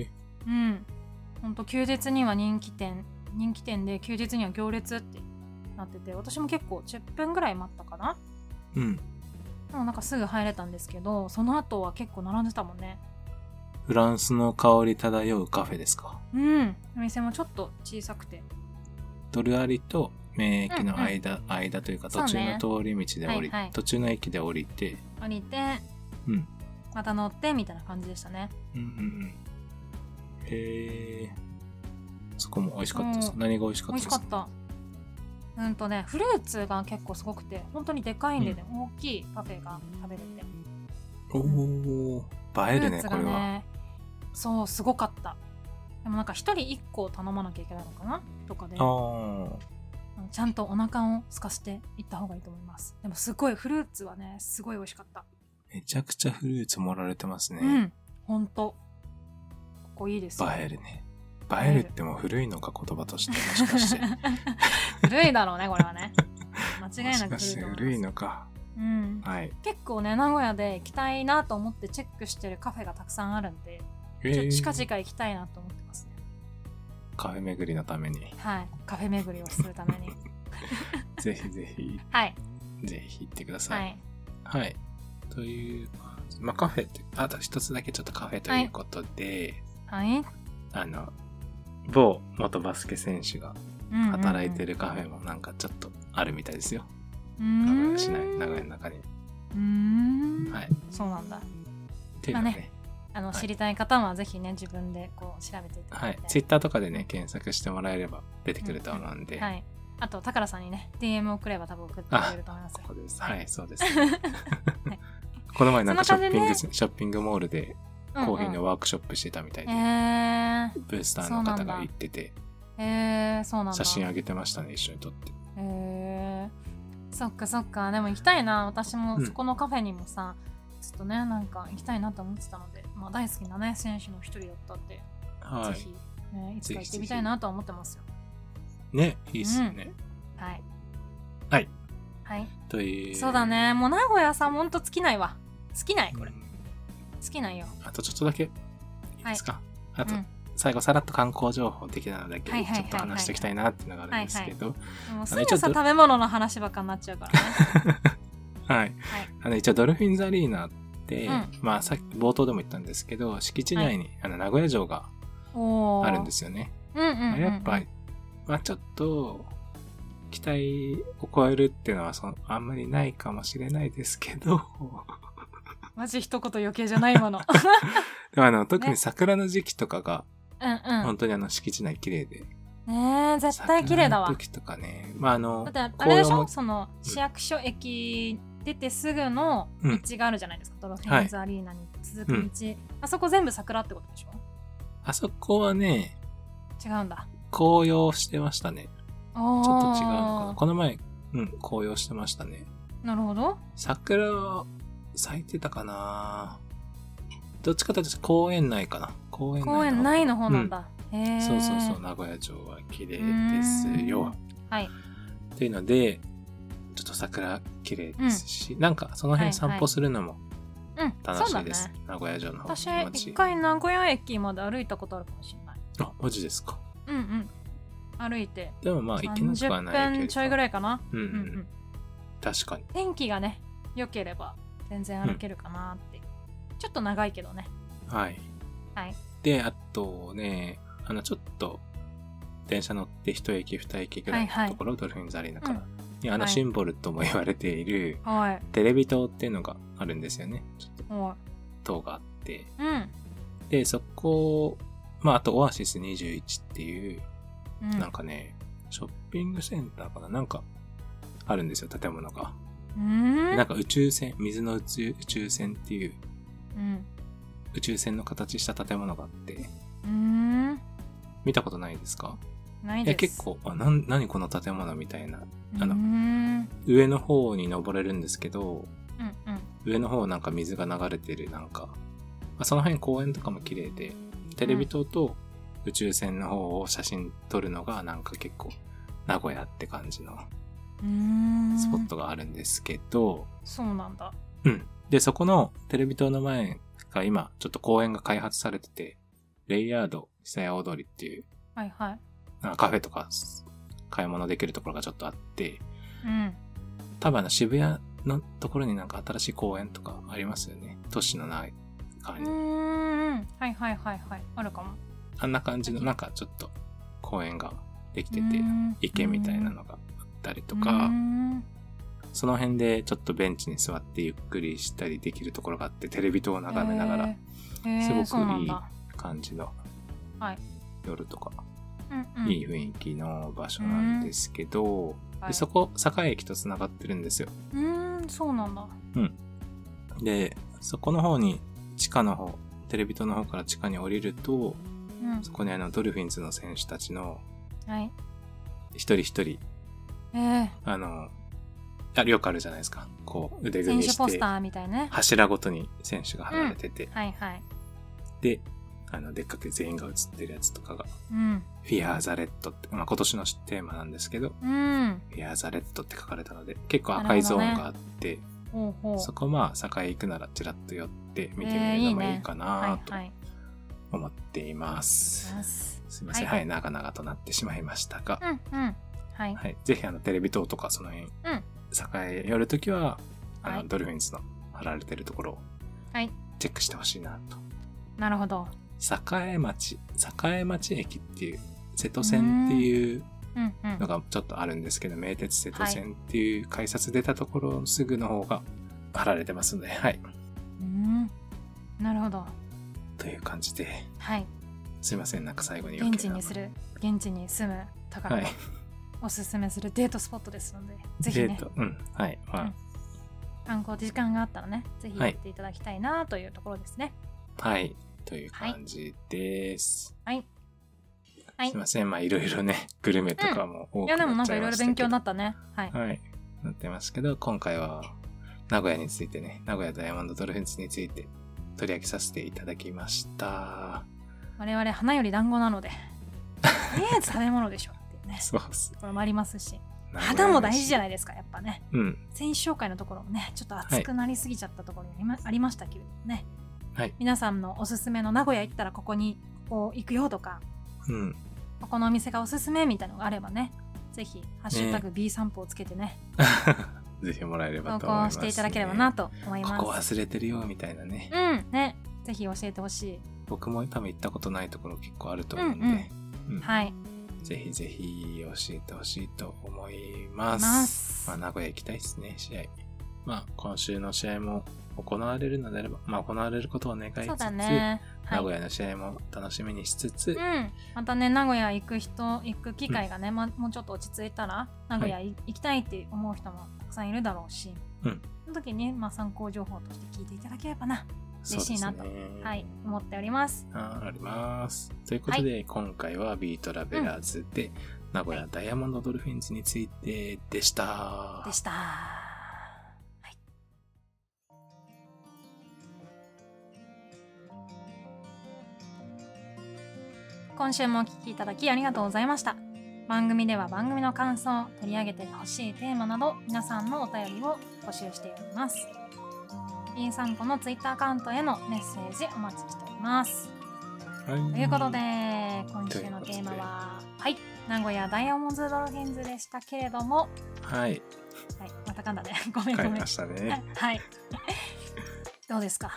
[SPEAKER 1] え
[SPEAKER 2] うん本当休日には人気店人気店で休日には行列ってなってて私も結構10分ぐらい待ったかな
[SPEAKER 1] うん
[SPEAKER 2] でもなんかすぐ入れたんですけどその後は結構並んでたもんね
[SPEAKER 1] フランスの香り漂うカフェですか
[SPEAKER 2] うんお店もちょっと小さくて
[SPEAKER 1] ドルアリと名駅の間、間というか
[SPEAKER 2] そう
[SPEAKER 1] 途
[SPEAKER 2] ね
[SPEAKER 1] 中の通り道で降り、
[SPEAKER 2] はいはい
[SPEAKER 1] 途中の駅で降りて
[SPEAKER 2] 降りて
[SPEAKER 1] うん
[SPEAKER 2] また乗ってみたいな感じでしたね
[SPEAKER 1] うんうんうんへえそこも美味しかったです、
[SPEAKER 2] うん
[SPEAKER 1] 何が美味しか
[SPEAKER 2] 美
[SPEAKER 1] った
[SPEAKER 2] 味
[SPEAKER 1] で
[SPEAKER 2] し
[SPEAKER 1] す
[SPEAKER 2] か
[SPEAKER 1] か
[SPEAKER 2] ったうんとねフルーツが結構すごくて本当にでかいんでね、大きいパフェが食べれて
[SPEAKER 1] おおー映えるね
[SPEAKER 2] フルーツ
[SPEAKER 1] こ
[SPEAKER 2] が
[SPEAKER 1] れは、
[SPEAKER 2] ねそうすごかったでもなんか1人1個頼まなきゃいけないのかなとかで
[SPEAKER 1] ああ
[SPEAKER 2] ちゃんとお腹を空かしていった方がいいと思いますでもすごいフルーツはねすごい美味しかった、
[SPEAKER 1] めちゃくちゃフルーツ盛られてますね、
[SPEAKER 2] うんほんとここいいですよ
[SPEAKER 1] 映えるね映えるってもう古いのか言葉としてもしかして
[SPEAKER 2] 古いだろうねこれはね 間
[SPEAKER 1] も
[SPEAKER 2] 違い
[SPEAKER 1] し
[SPEAKER 2] なく
[SPEAKER 1] かし
[SPEAKER 2] 来
[SPEAKER 1] て
[SPEAKER 2] ると思います
[SPEAKER 1] 古いのか。
[SPEAKER 2] うん、
[SPEAKER 1] はい。
[SPEAKER 2] 結構ね名古屋で行きたいなと思ってチェックしてるカフェがたくさんあるんで、
[SPEAKER 1] え
[SPEAKER 2] ちょっと
[SPEAKER 1] ー
[SPEAKER 2] 近々行きたいなと思ってますね
[SPEAKER 1] カフェ巡りのために、
[SPEAKER 2] はいカフェ巡りをするため に
[SPEAKER 1] ぜひぜひ、
[SPEAKER 2] はい
[SPEAKER 1] ぜひ行ってくださ。
[SPEAKER 2] はいい
[SPEAKER 1] はい。という感じ、まあカフェって、あと一つだけちょっとカフェということで、
[SPEAKER 2] はい、
[SPEAKER 1] あの、某元バスケ選手が
[SPEAKER 2] うんうんうん
[SPEAKER 1] 働いてるカフェもなんかちょっとあるみたいですよ。
[SPEAKER 2] う
[SPEAKER 1] 名古
[SPEAKER 2] ーん
[SPEAKER 1] 屋市内、名古屋の中に。
[SPEAKER 2] うーん
[SPEAKER 1] はい。
[SPEAKER 2] そうなんだ
[SPEAKER 1] っていうのは
[SPEAKER 2] まあ
[SPEAKER 1] ね、
[SPEAKER 2] あの、
[SPEAKER 1] はい
[SPEAKER 2] 知りたい方はぜひね自分でこう調べていた
[SPEAKER 1] は
[SPEAKER 2] だい
[SPEAKER 1] い
[SPEAKER 2] て、。
[SPEAKER 1] ツイッターとかでね、検索してもらえれば出てくると思うんで、
[SPEAKER 2] はい、あと、宝さんにね、DM をくれば多分送ってくれると思います
[SPEAKER 1] こ
[SPEAKER 2] よ。
[SPEAKER 1] こです。はい、そう です。この前なんかショッピング、ショッピングモールでコーヒーの
[SPEAKER 2] ワ
[SPEAKER 1] ワークショップしてたみたい
[SPEAKER 2] ー
[SPEAKER 1] で、
[SPEAKER 2] えー、
[SPEAKER 1] ブースターの方が行ってて、
[SPEAKER 2] えー、そうなんだ。
[SPEAKER 1] 写真あげてましたね、一緒に撮って。
[SPEAKER 2] えー、そっかそっか、でも行きたいな、私も
[SPEAKER 1] うん
[SPEAKER 2] そこのカフェにもさ、ちょっとね、なんか行きたいなと思ってたので、まあ、大好きなね、選手の一人だったんで、
[SPEAKER 1] は
[SPEAKER 2] ぜひ、ね、いつか行ってみたいなとは思ってますよ。
[SPEAKER 1] い。ね、いいっすよね。
[SPEAKER 2] はい。
[SPEAKER 1] はい。
[SPEAKER 2] はい、
[SPEAKER 1] という。
[SPEAKER 2] そうだね、もう名古屋さん、ほんと尽きないわ。尽きない、
[SPEAKER 1] うん。
[SPEAKER 2] これ。尽きないよ。
[SPEAKER 1] あとちょっとだけ、いいですか、あ
[SPEAKER 2] う
[SPEAKER 1] と、
[SPEAKER 2] ん、
[SPEAKER 1] 最後さらっと観光情報的なのだけ、
[SPEAKER 2] はいはいはい
[SPEAKER 1] ち
[SPEAKER 2] はい
[SPEAKER 1] ょっと話していきたいなっていうのがあるんですけど、
[SPEAKER 2] もうす
[SPEAKER 1] あの
[SPEAKER 2] ぐ
[SPEAKER 1] 一応
[SPEAKER 2] さ、
[SPEAKER 1] ど
[SPEAKER 2] 食べ物の話ばっかになっちゃうからね。
[SPEAKER 1] はい。
[SPEAKER 2] はい
[SPEAKER 1] あの、一応ドルフィンズアリーナって、
[SPEAKER 2] うん
[SPEAKER 1] まあさっき冒頭でも言ったんですけど、敷地内に、あの名古屋城が
[SPEAKER 2] お。
[SPEAKER 1] あるんですすよね。
[SPEAKER 2] うんうんうん
[SPEAKER 1] ま
[SPEAKER 2] う
[SPEAKER 1] あ
[SPEAKER 2] ん、
[SPEAKER 1] やっぱ、まあちょっと、期待を超えるっていうのはそのあんまりないかもしれないですけど、
[SPEAKER 2] マジ一言余計じゃない今の。
[SPEAKER 1] でもあの、特に桜の時期とかが、
[SPEAKER 2] うんう
[SPEAKER 1] 本
[SPEAKER 2] ん。
[SPEAKER 1] 当にあの敷地内綺麗で。
[SPEAKER 2] ねえ、絶対綺麗だ
[SPEAKER 1] 桜
[SPEAKER 2] わ。
[SPEAKER 1] の
[SPEAKER 2] だ
[SPEAKER 1] 時とかね、まああの、
[SPEAKER 2] ってあれ
[SPEAKER 1] 紅
[SPEAKER 2] でし
[SPEAKER 1] 葉
[SPEAKER 2] ょ
[SPEAKER 1] も
[SPEAKER 2] その市役所駅出てすぐの
[SPEAKER 1] うん
[SPEAKER 2] 道があるじゃないですか、ドロフィンズアリーナに続く道、あそこ全部桜ってことでしょ
[SPEAKER 1] あそこはね、
[SPEAKER 2] 違うんだ
[SPEAKER 1] 紅葉してましたね。
[SPEAKER 2] ちょ
[SPEAKER 1] ちょっと違うのかな。この前、うん、紅葉してましたね。
[SPEAKER 2] なるほど
[SPEAKER 1] 桜は咲いてたかなどっちかというと公園内かな。公園内の
[SPEAKER 2] 公園内の方なんだ、へえ
[SPEAKER 1] そうそうそう、名古屋城は綺麗です
[SPEAKER 2] う
[SPEAKER 1] よ
[SPEAKER 2] ん。はい
[SPEAKER 1] っていうので、ちょっと桜綺麗ですし、なんかその辺散歩するのも
[SPEAKER 2] うん
[SPEAKER 1] 楽
[SPEAKER 2] そ
[SPEAKER 1] し
[SPEAKER 2] う
[SPEAKER 1] いです。
[SPEAKER 2] だね
[SPEAKER 1] 名古屋城の方
[SPEAKER 2] 私
[SPEAKER 1] 気持ちい
[SPEAKER 2] 一
[SPEAKER 1] い。
[SPEAKER 2] 回名古屋駅まで歩いたことあるかもしれない
[SPEAKER 1] あ、マジですか。
[SPEAKER 2] うんうん歩いて
[SPEAKER 1] でもまあ行けなくはない
[SPEAKER 2] 30
[SPEAKER 1] け
[SPEAKER 2] 分
[SPEAKER 1] ど。
[SPEAKER 2] ちょいぐ
[SPEAKER 1] い。
[SPEAKER 2] らいかな、
[SPEAKER 1] うん、う、
[SPEAKER 2] うんんうん、
[SPEAKER 1] 確かに。
[SPEAKER 2] 天気がね良ければ全然歩けるかなって、ちょっと長いけどね
[SPEAKER 1] はい。
[SPEAKER 2] はい
[SPEAKER 1] で、あとね、あの、ちょっと、電車乗って一駅二駅ぐらい
[SPEAKER 2] はいは
[SPEAKER 1] の
[SPEAKER 2] い
[SPEAKER 1] ところ、ドルフィンザリーナか
[SPEAKER 2] う
[SPEAKER 1] ら、にあの
[SPEAKER 2] はい
[SPEAKER 1] シンボルとも言われている、
[SPEAKER 2] はい
[SPEAKER 1] テレビ塔っていうのがあるんですよね。ちょっと
[SPEAKER 2] は
[SPEAKER 1] 塔があって。
[SPEAKER 2] いうん
[SPEAKER 1] で、そこ、まあ、あとオアシス21っていう、
[SPEAKER 2] うん
[SPEAKER 1] なんかね、ショッピングセンターかななんか、あるんですよ、建物が。
[SPEAKER 2] うーん
[SPEAKER 1] なんか宇宙船、水の宇宙宇宙船っていう、
[SPEAKER 2] うん
[SPEAKER 1] 宇宙船の形した建物があって、
[SPEAKER 2] うーん
[SPEAKER 1] 見たことないですか
[SPEAKER 2] ない
[SPEAKER 1] い
[SPEAKER 2] です
[SPEAKER 1] や、結構、あ、なん、何この建物みたいな。あの
[SPEAKER 2] うーん
[SPEAKER 1] 上の方に登れるんですけど、
[SPEAKER 2] うんうん
[SPEAKER 1] 上の方なんか水が流れてる、なんか、まあ、その辺公園とかも綺麗で、テレビ塔と宇宙船の方を写真撮るのがなんか結構、名古屋って感じの
[SPEAKER 2] うーん
[SPEAKER 1] スポットがあるんですけど、
[SPEAKER 2] そうなんだ
[SPEAKER 1] うん。で、そこのテレビ塔の前が今、ちょっと公園が開発されてて、レイヤード久屋大通りっていう、
[SPEAKER 2] はいはい
[SPEAKER 1] なんかカフェとか買い物できるところがちょっとあって、
[SPEAKER 2] うん
[SPEAKER 1] 多分あの渋谷のところになんか新しい公園とかありますよね。都市のない感
[SPEAKER 2] う
[SPEAKER 1] じ。
[SPEAKER 2] ーんはいはいはいはいあるかも
[SPEAKER 1] あんな感じのなんかちょっと公園ができてて
[SPEAKER 2] うん、
[SPEAKER 1] 池みたいなのがあったりと
[SPEAKER 2] うー
[SPEAKER 1] か、
[SPEAKER 2] ん
[SPEAKER 1] その辺でちょっとベンチに座ってゆっくりしたりできるところがあって、テレビ塔を眺めながら
[SPEAKER 2] へーへー
[SPEAKER 1] すごくいい
[SPEAKER 2] そうなんだ
[SPEAKER 1] 感じの
[SPEAKER 2] はい
[SPEAKER 1] 夜とか、
[SPEAKER 2] うんうん
[SPEAKER 1] いい雰囲気の場所なんですけど、
[SPEAKER 2] は
[SPEAKER 1] で
[SPEAKER 2] い
[SPEAKER 1] そこ、栄駅と繋がってるんですよ。
[SPEAKER 2] うーんそうなんだ
[SPEAKER 1] で、そこの方に地下の方、テレビ塔の方から地下に降りると、
[SPEAKER 2] うん
[SPEAKER 1] そこにあのドルフィンズの選手たちの
[SPEAKER 2] はい
[SPEAKER 1] 一人一人、
[SPEAKER 2] えー
[SPEAKER 1] あの、あよくあるじゃないですか。こう腕組
[SPEAKER 2] 選
[SPEAKER 1] み
[SPEAKER 2] 手
[SPEAKER 1] し
[SPEAKER 2] ポス
[SPEAKER 1] て
[SPEAKER 2] タ、ーみたいね
[SPEAKER 1] 柱ごとに選手が離れてて、
[SPEAKER 2] はいはい
[SPEAKER 1] で、あの、でっかく全員が写ってるやつとかが、
[SPEAKER 2] うん
[SPEAKER 1] フィアーザレットって、まあ、今年のテーマなんですけど、
[SPEAKER 2] うん
[SPEAKER 1] フィアーザレットって書かれたので、結構赤いゾーンがあって、
[SPEAKER 2] ほうほう
[SPEAKER 1] そこまあ、境行くならちらっと寄って見てみるのもいいかな
[SPEAKER 2] はい
[SPEAKER 1] と
[SPEAKER 2] はい
[SPEAKER 1] 思っています。
[SPEAKER 2] よし
[SPEAKER 1] すいません、
[SPEAKER 2] は
[SPEAKER 1] はいい、長々となってしまいましたが
[SPEAKER 2] う、んうんはい
[SPEAKER 1] はい、ぜひあのテレビ塔とかその辺、栄え寄るときは、あの、
[SPEAKER 2] はい
[SPEAKER 1] ドルフィンズの貼られてるところを
[SPEAKER 2] はい
[SPEAKER 1] チェックしてほしいなと。
[SPEAKER 2] なるほど
[SPEAKER 1] 栄町、栄町駅っていう、瀬戸線っていう
[SPEAKER 2] うんう
[SPEAKER 1] の
[SPEAKER 2] ん
[SPEAKER 1] がちょっとあるんですけど、名鉄瀬戸線っていう改札出たところすぐの方が貼られてますので、はい。
[SPEAKER 2] うんなるほど
[SPEAKER 1] という感じで、
[SPEAKER 2] はい
[SPEAKER 1] すいません、なんか最後に余
[SPEAKER 2] 現
[SPEAKER 1] 計
[SPEAKER 2] 地
[SPEAKER 1] な
[SPEAKER 2] にする現地に住む宝
[SPEAKER 1] は
[SPEAKER 2] が
[SPEAKER 1] い。
[SPEAKER 2] おすすめするデートスポットですのでぜひね
[SPEAKER 1] デートうん。はい。まあ、
[SPEAKER 2] うん観光で時間があったらねぜひ
[SPEAKER 1] は
[SPEAKER 2] 行
[SPEAKER 1] い
[SPEAKER 2] っていただきたいなというところですね
[SPEAKER 1] はい。という感じです。
[SPEAKER 2] はいはい
[SPEAKER 1] すいません。まあ、いろいろね、 グルメとかも多
[SPEAKER 2] い
[SPEAKER 1] くなっ
[SPEAKER 2] や
[SPEAKER 1] ち
[SPEAKER 2] でもなんか
[SPEAKER 1] ゃ
[SPEAKER 2] い
[SPEAKER 1] い
[SPEAKER 2] ろ
[SPEAKER 1] ま
[SPEAKER 2] いろ
[SPEAKER 1] した
[SPEAKER 2] 勉
[SPEAKER 1] け
[SPEAKER 2] 強
[SPEAKER 1] ど
[SPEAKER 2] になったねはい
[SPEAKER 1] はい。なってますけど、今回は、名古屋についてね、名古屋ダイヤモンドドルフィンズについて取り上げさせていただきました。
[SPEAKER 2] 我々花より団子 なのでとりあえず食べ物でしょっていうね
[SPEAKER 1] そうっす。
[SPEAKER 2] これもありますし
[SPEAKER 1] 名古屋
[SPEAKER 2] 肌も大事じゃ
[SPEAKER 1] ない
[SPEAKER 2] ないですかやっぱね
[SPEAKER 1] うん。
[SPEAKER 2] 選手紹介のところもねちょっと熱くなりすぎちゃったところもありま,、したけれどもね、
[SPEAKER 1] はい
[SPEAKER 2] 皆さんのおすすめの名古屋行ったらここにここ行くよとか
[SPEAKER 1] うん。
[SPEAKER 2] ここのお店がおすすめみたいなのがあればねぜひ「ハッシュタグ #B 散歩」をつけてね
[SPEAKER 1] ぜひもらえればと
[SPEAKER 2] 投
[SPEAKER 1] 思い
[SPEAKER 2] 稿
[SPEAKER 1] ます、
[SPEAKER 2] していただければな。と思います
[SPEAKER 1] ここ忘れてるよ、みたいなね。
[SPEAKER 2] うんねぜひ教えてほし
[SPEAKER 1] 僕も多分行ったことないところ結構あると思うんで。
[SPEAKER 2] うん
[SPEAKER 1] うん
[SPEAKER 2] いはい
[SPEAKER 1] ぜひぜひ教えてほしいと思います。
[SPEAKER 2] ます
[SPEAKER 1] まあ、名古屋行きたいですね、試合。まあ、今週の試合も行われるのであれば、まあ、行われることを願いつつ、
[SPEAKER 2] そうだねは
[SPEAKER 1] 名
[SPEAKER 2] い
[SPEAKER 1] 古屋の試合も楽しみにしつつ、
[SPEAKER 2] うん、またね名古屋行く人行く機会がね、ま、もうちょっと落ち着いたら名古屋い行きたいって思う人もたくさんいるだろうし、
[SPEAKER 1] うん
[SPEAKER 2] その時に、まあ、参考情報として聞いていただければ
[SPEAKER 1] そ
[SPEAKER 2] な、
[SPEAKER 1] うです
[SPEAKER 2] 嬉しいな
[SPEAKER 1] ね
[SPEAKER 2] と。はい、思っております。
[SPEAKER 1] ああります。ということで、今回はビートラベラーズで、名古屋ダイヤモンドドルフィンズについてでした。
[SPEAKER 2] でした。今週もお聞きいただきありがとうございました。番組では番組の感想、取り上げてほしいテーマなど、皆さんのお便りを募集しております。B 散歩のツイッターアカウントへのメッセージお待ちしております。
[SPEAKER 1] は
[SPEAKER 2] ということで、今週のテーマは、はい、名古屋ダイヤモンドドロフィンズでしたけれども、
[SPEAKER 1] はい、
[SPEAKER 2] はい、また噛んだね。ごめんご
[SPEAKER 1] 帰
[SPEAKER 2] め
[SPEAKER 1] り
[SPEAKER 2] ん。
[SPEAKER 1] ましたね。
[SPEAKER 2] はい。どうですか。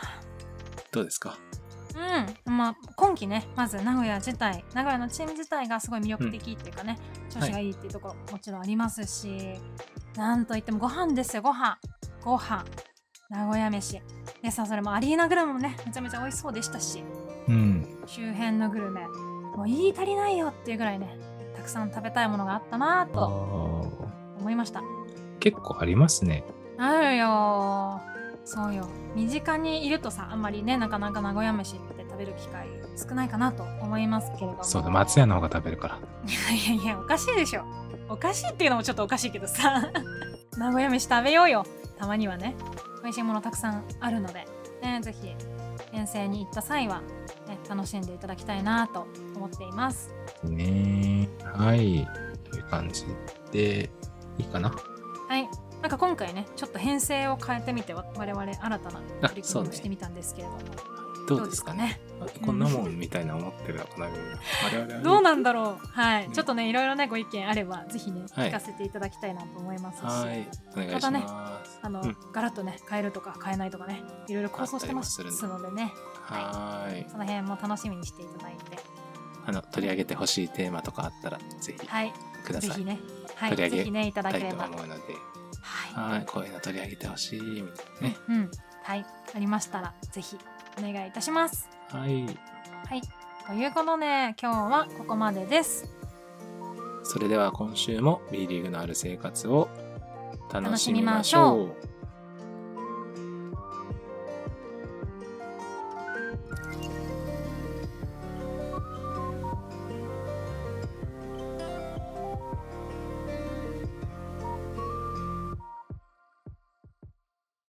[SPEAKER 1] どうですか
[SPEAKER 2] うん。まあ今季ね、まず名古屋自体、名古屋のチーム自体がすごい魅力的っていうかね、調子がいいっていうところもちろんありますし、なんといってもご飯ですよ、ご飯。ご飯。名古屋飯。でさ、それもアリーナグルメもね、めちゃめちゃ美味しそうでしたし、
[SPEAKER 1] うん。
[SPEAKER 2] 周辺のグルメ、もう言い足りないよっていうぐらいね、たくさん食べたいものがあったなぁと思いました。
[SPEAKER 1] 結構ありますね。
[SPEAKER 2] あるよそうよ身近にいるとさあんまりねなかなか名古屋飯って食べる機会少ないかなと思いますけれども
[SPEAKER 1] そうだ、松屋の方が食べるから。
[SPEAKER 2] いやいやおかしいでしょおかしいっていうのもちょっとおかしいけどさ 名古屋飯食べようよたまにはね美味しいものたくさんあるので、ね、ぜひ遠征に行った際は、ね、楽しんでいただきたいなと思っています
[SPEAKER 1] ねはい。という感じで、いいかな
[SPEAKER 2] はいなんか今回ねちょっと編成を変えてみて我々新たな取り組みをしてみたんですけれども、
[SPEAKER 1] どうですかね
[SPEAKER 2] どうですかね
[SPEAKER 1] こんなもんみたいな思ってるのかな、みんな。我々はね
[SPEAKER 2] どうなんだろう。はい、
[SPEAKER 1] ね
[SPEAKER 2] ちょっとね、いろいろね、ご意見あれば、ぜひね、
[SPEAKER 1] はい
[SPEAKER 2] 聞かせていただきたいなと思いますし。
[SPEAKER 1] はい。お願いします。
[SPEAKER 2] あの、
[SPEAKER 1] うん
[SPEAKER 2] ガラッとね、変えるとか、変えないとかね、いろいろ構想してま
[SPEAKER 1] あ
[SPEAKER 2] す
[SPEAKER 1] ったりもする
[SPEAKER 2] のでね。
[SPEAKER 1] はーい。
[SPEAKER 2] その辺も楽しみにしていただいて。
[SPEAKER 1] あの、取り上げてほしいテーマとかあったら、ぜひ
[SPEAKER 2] はい、
[SPEAKER 1] くだ
[SPEAKER 2] ぜ
[SPEAKER 1] さ
[SPEAKER 2] ひ
[SPEAKER 1] い。
[SPEAKER 2] ね、はい、
[SPEAKER 1] 取り上げ
[SPEAKER 2] ぜひね、いただ
[SPEAKER 1] た
[SPEAKER 2] け
[SPEAKER 1] い
[SPEAKER 2] れ
[SPEAKER 1] と
[SPEAKER 2] ば。
[SPEAKER 1] 思うので、
[SPEAKER 2] は
[SPEAKER 1] はい。こういうの取り上げてほしい、みたい
[SPEAKER 2] い、
[SPEAKER 1] なね。
[SPEAKER 2] うん、はい、ありましたら、ぜひお願いいたします。
[SPEAKER 1] はい。
[SPEAKER 2] はい、ということで、今日はここまでです。
[SPEAKER 1] それでは今週も B リーグのある生活を楽しみましょう。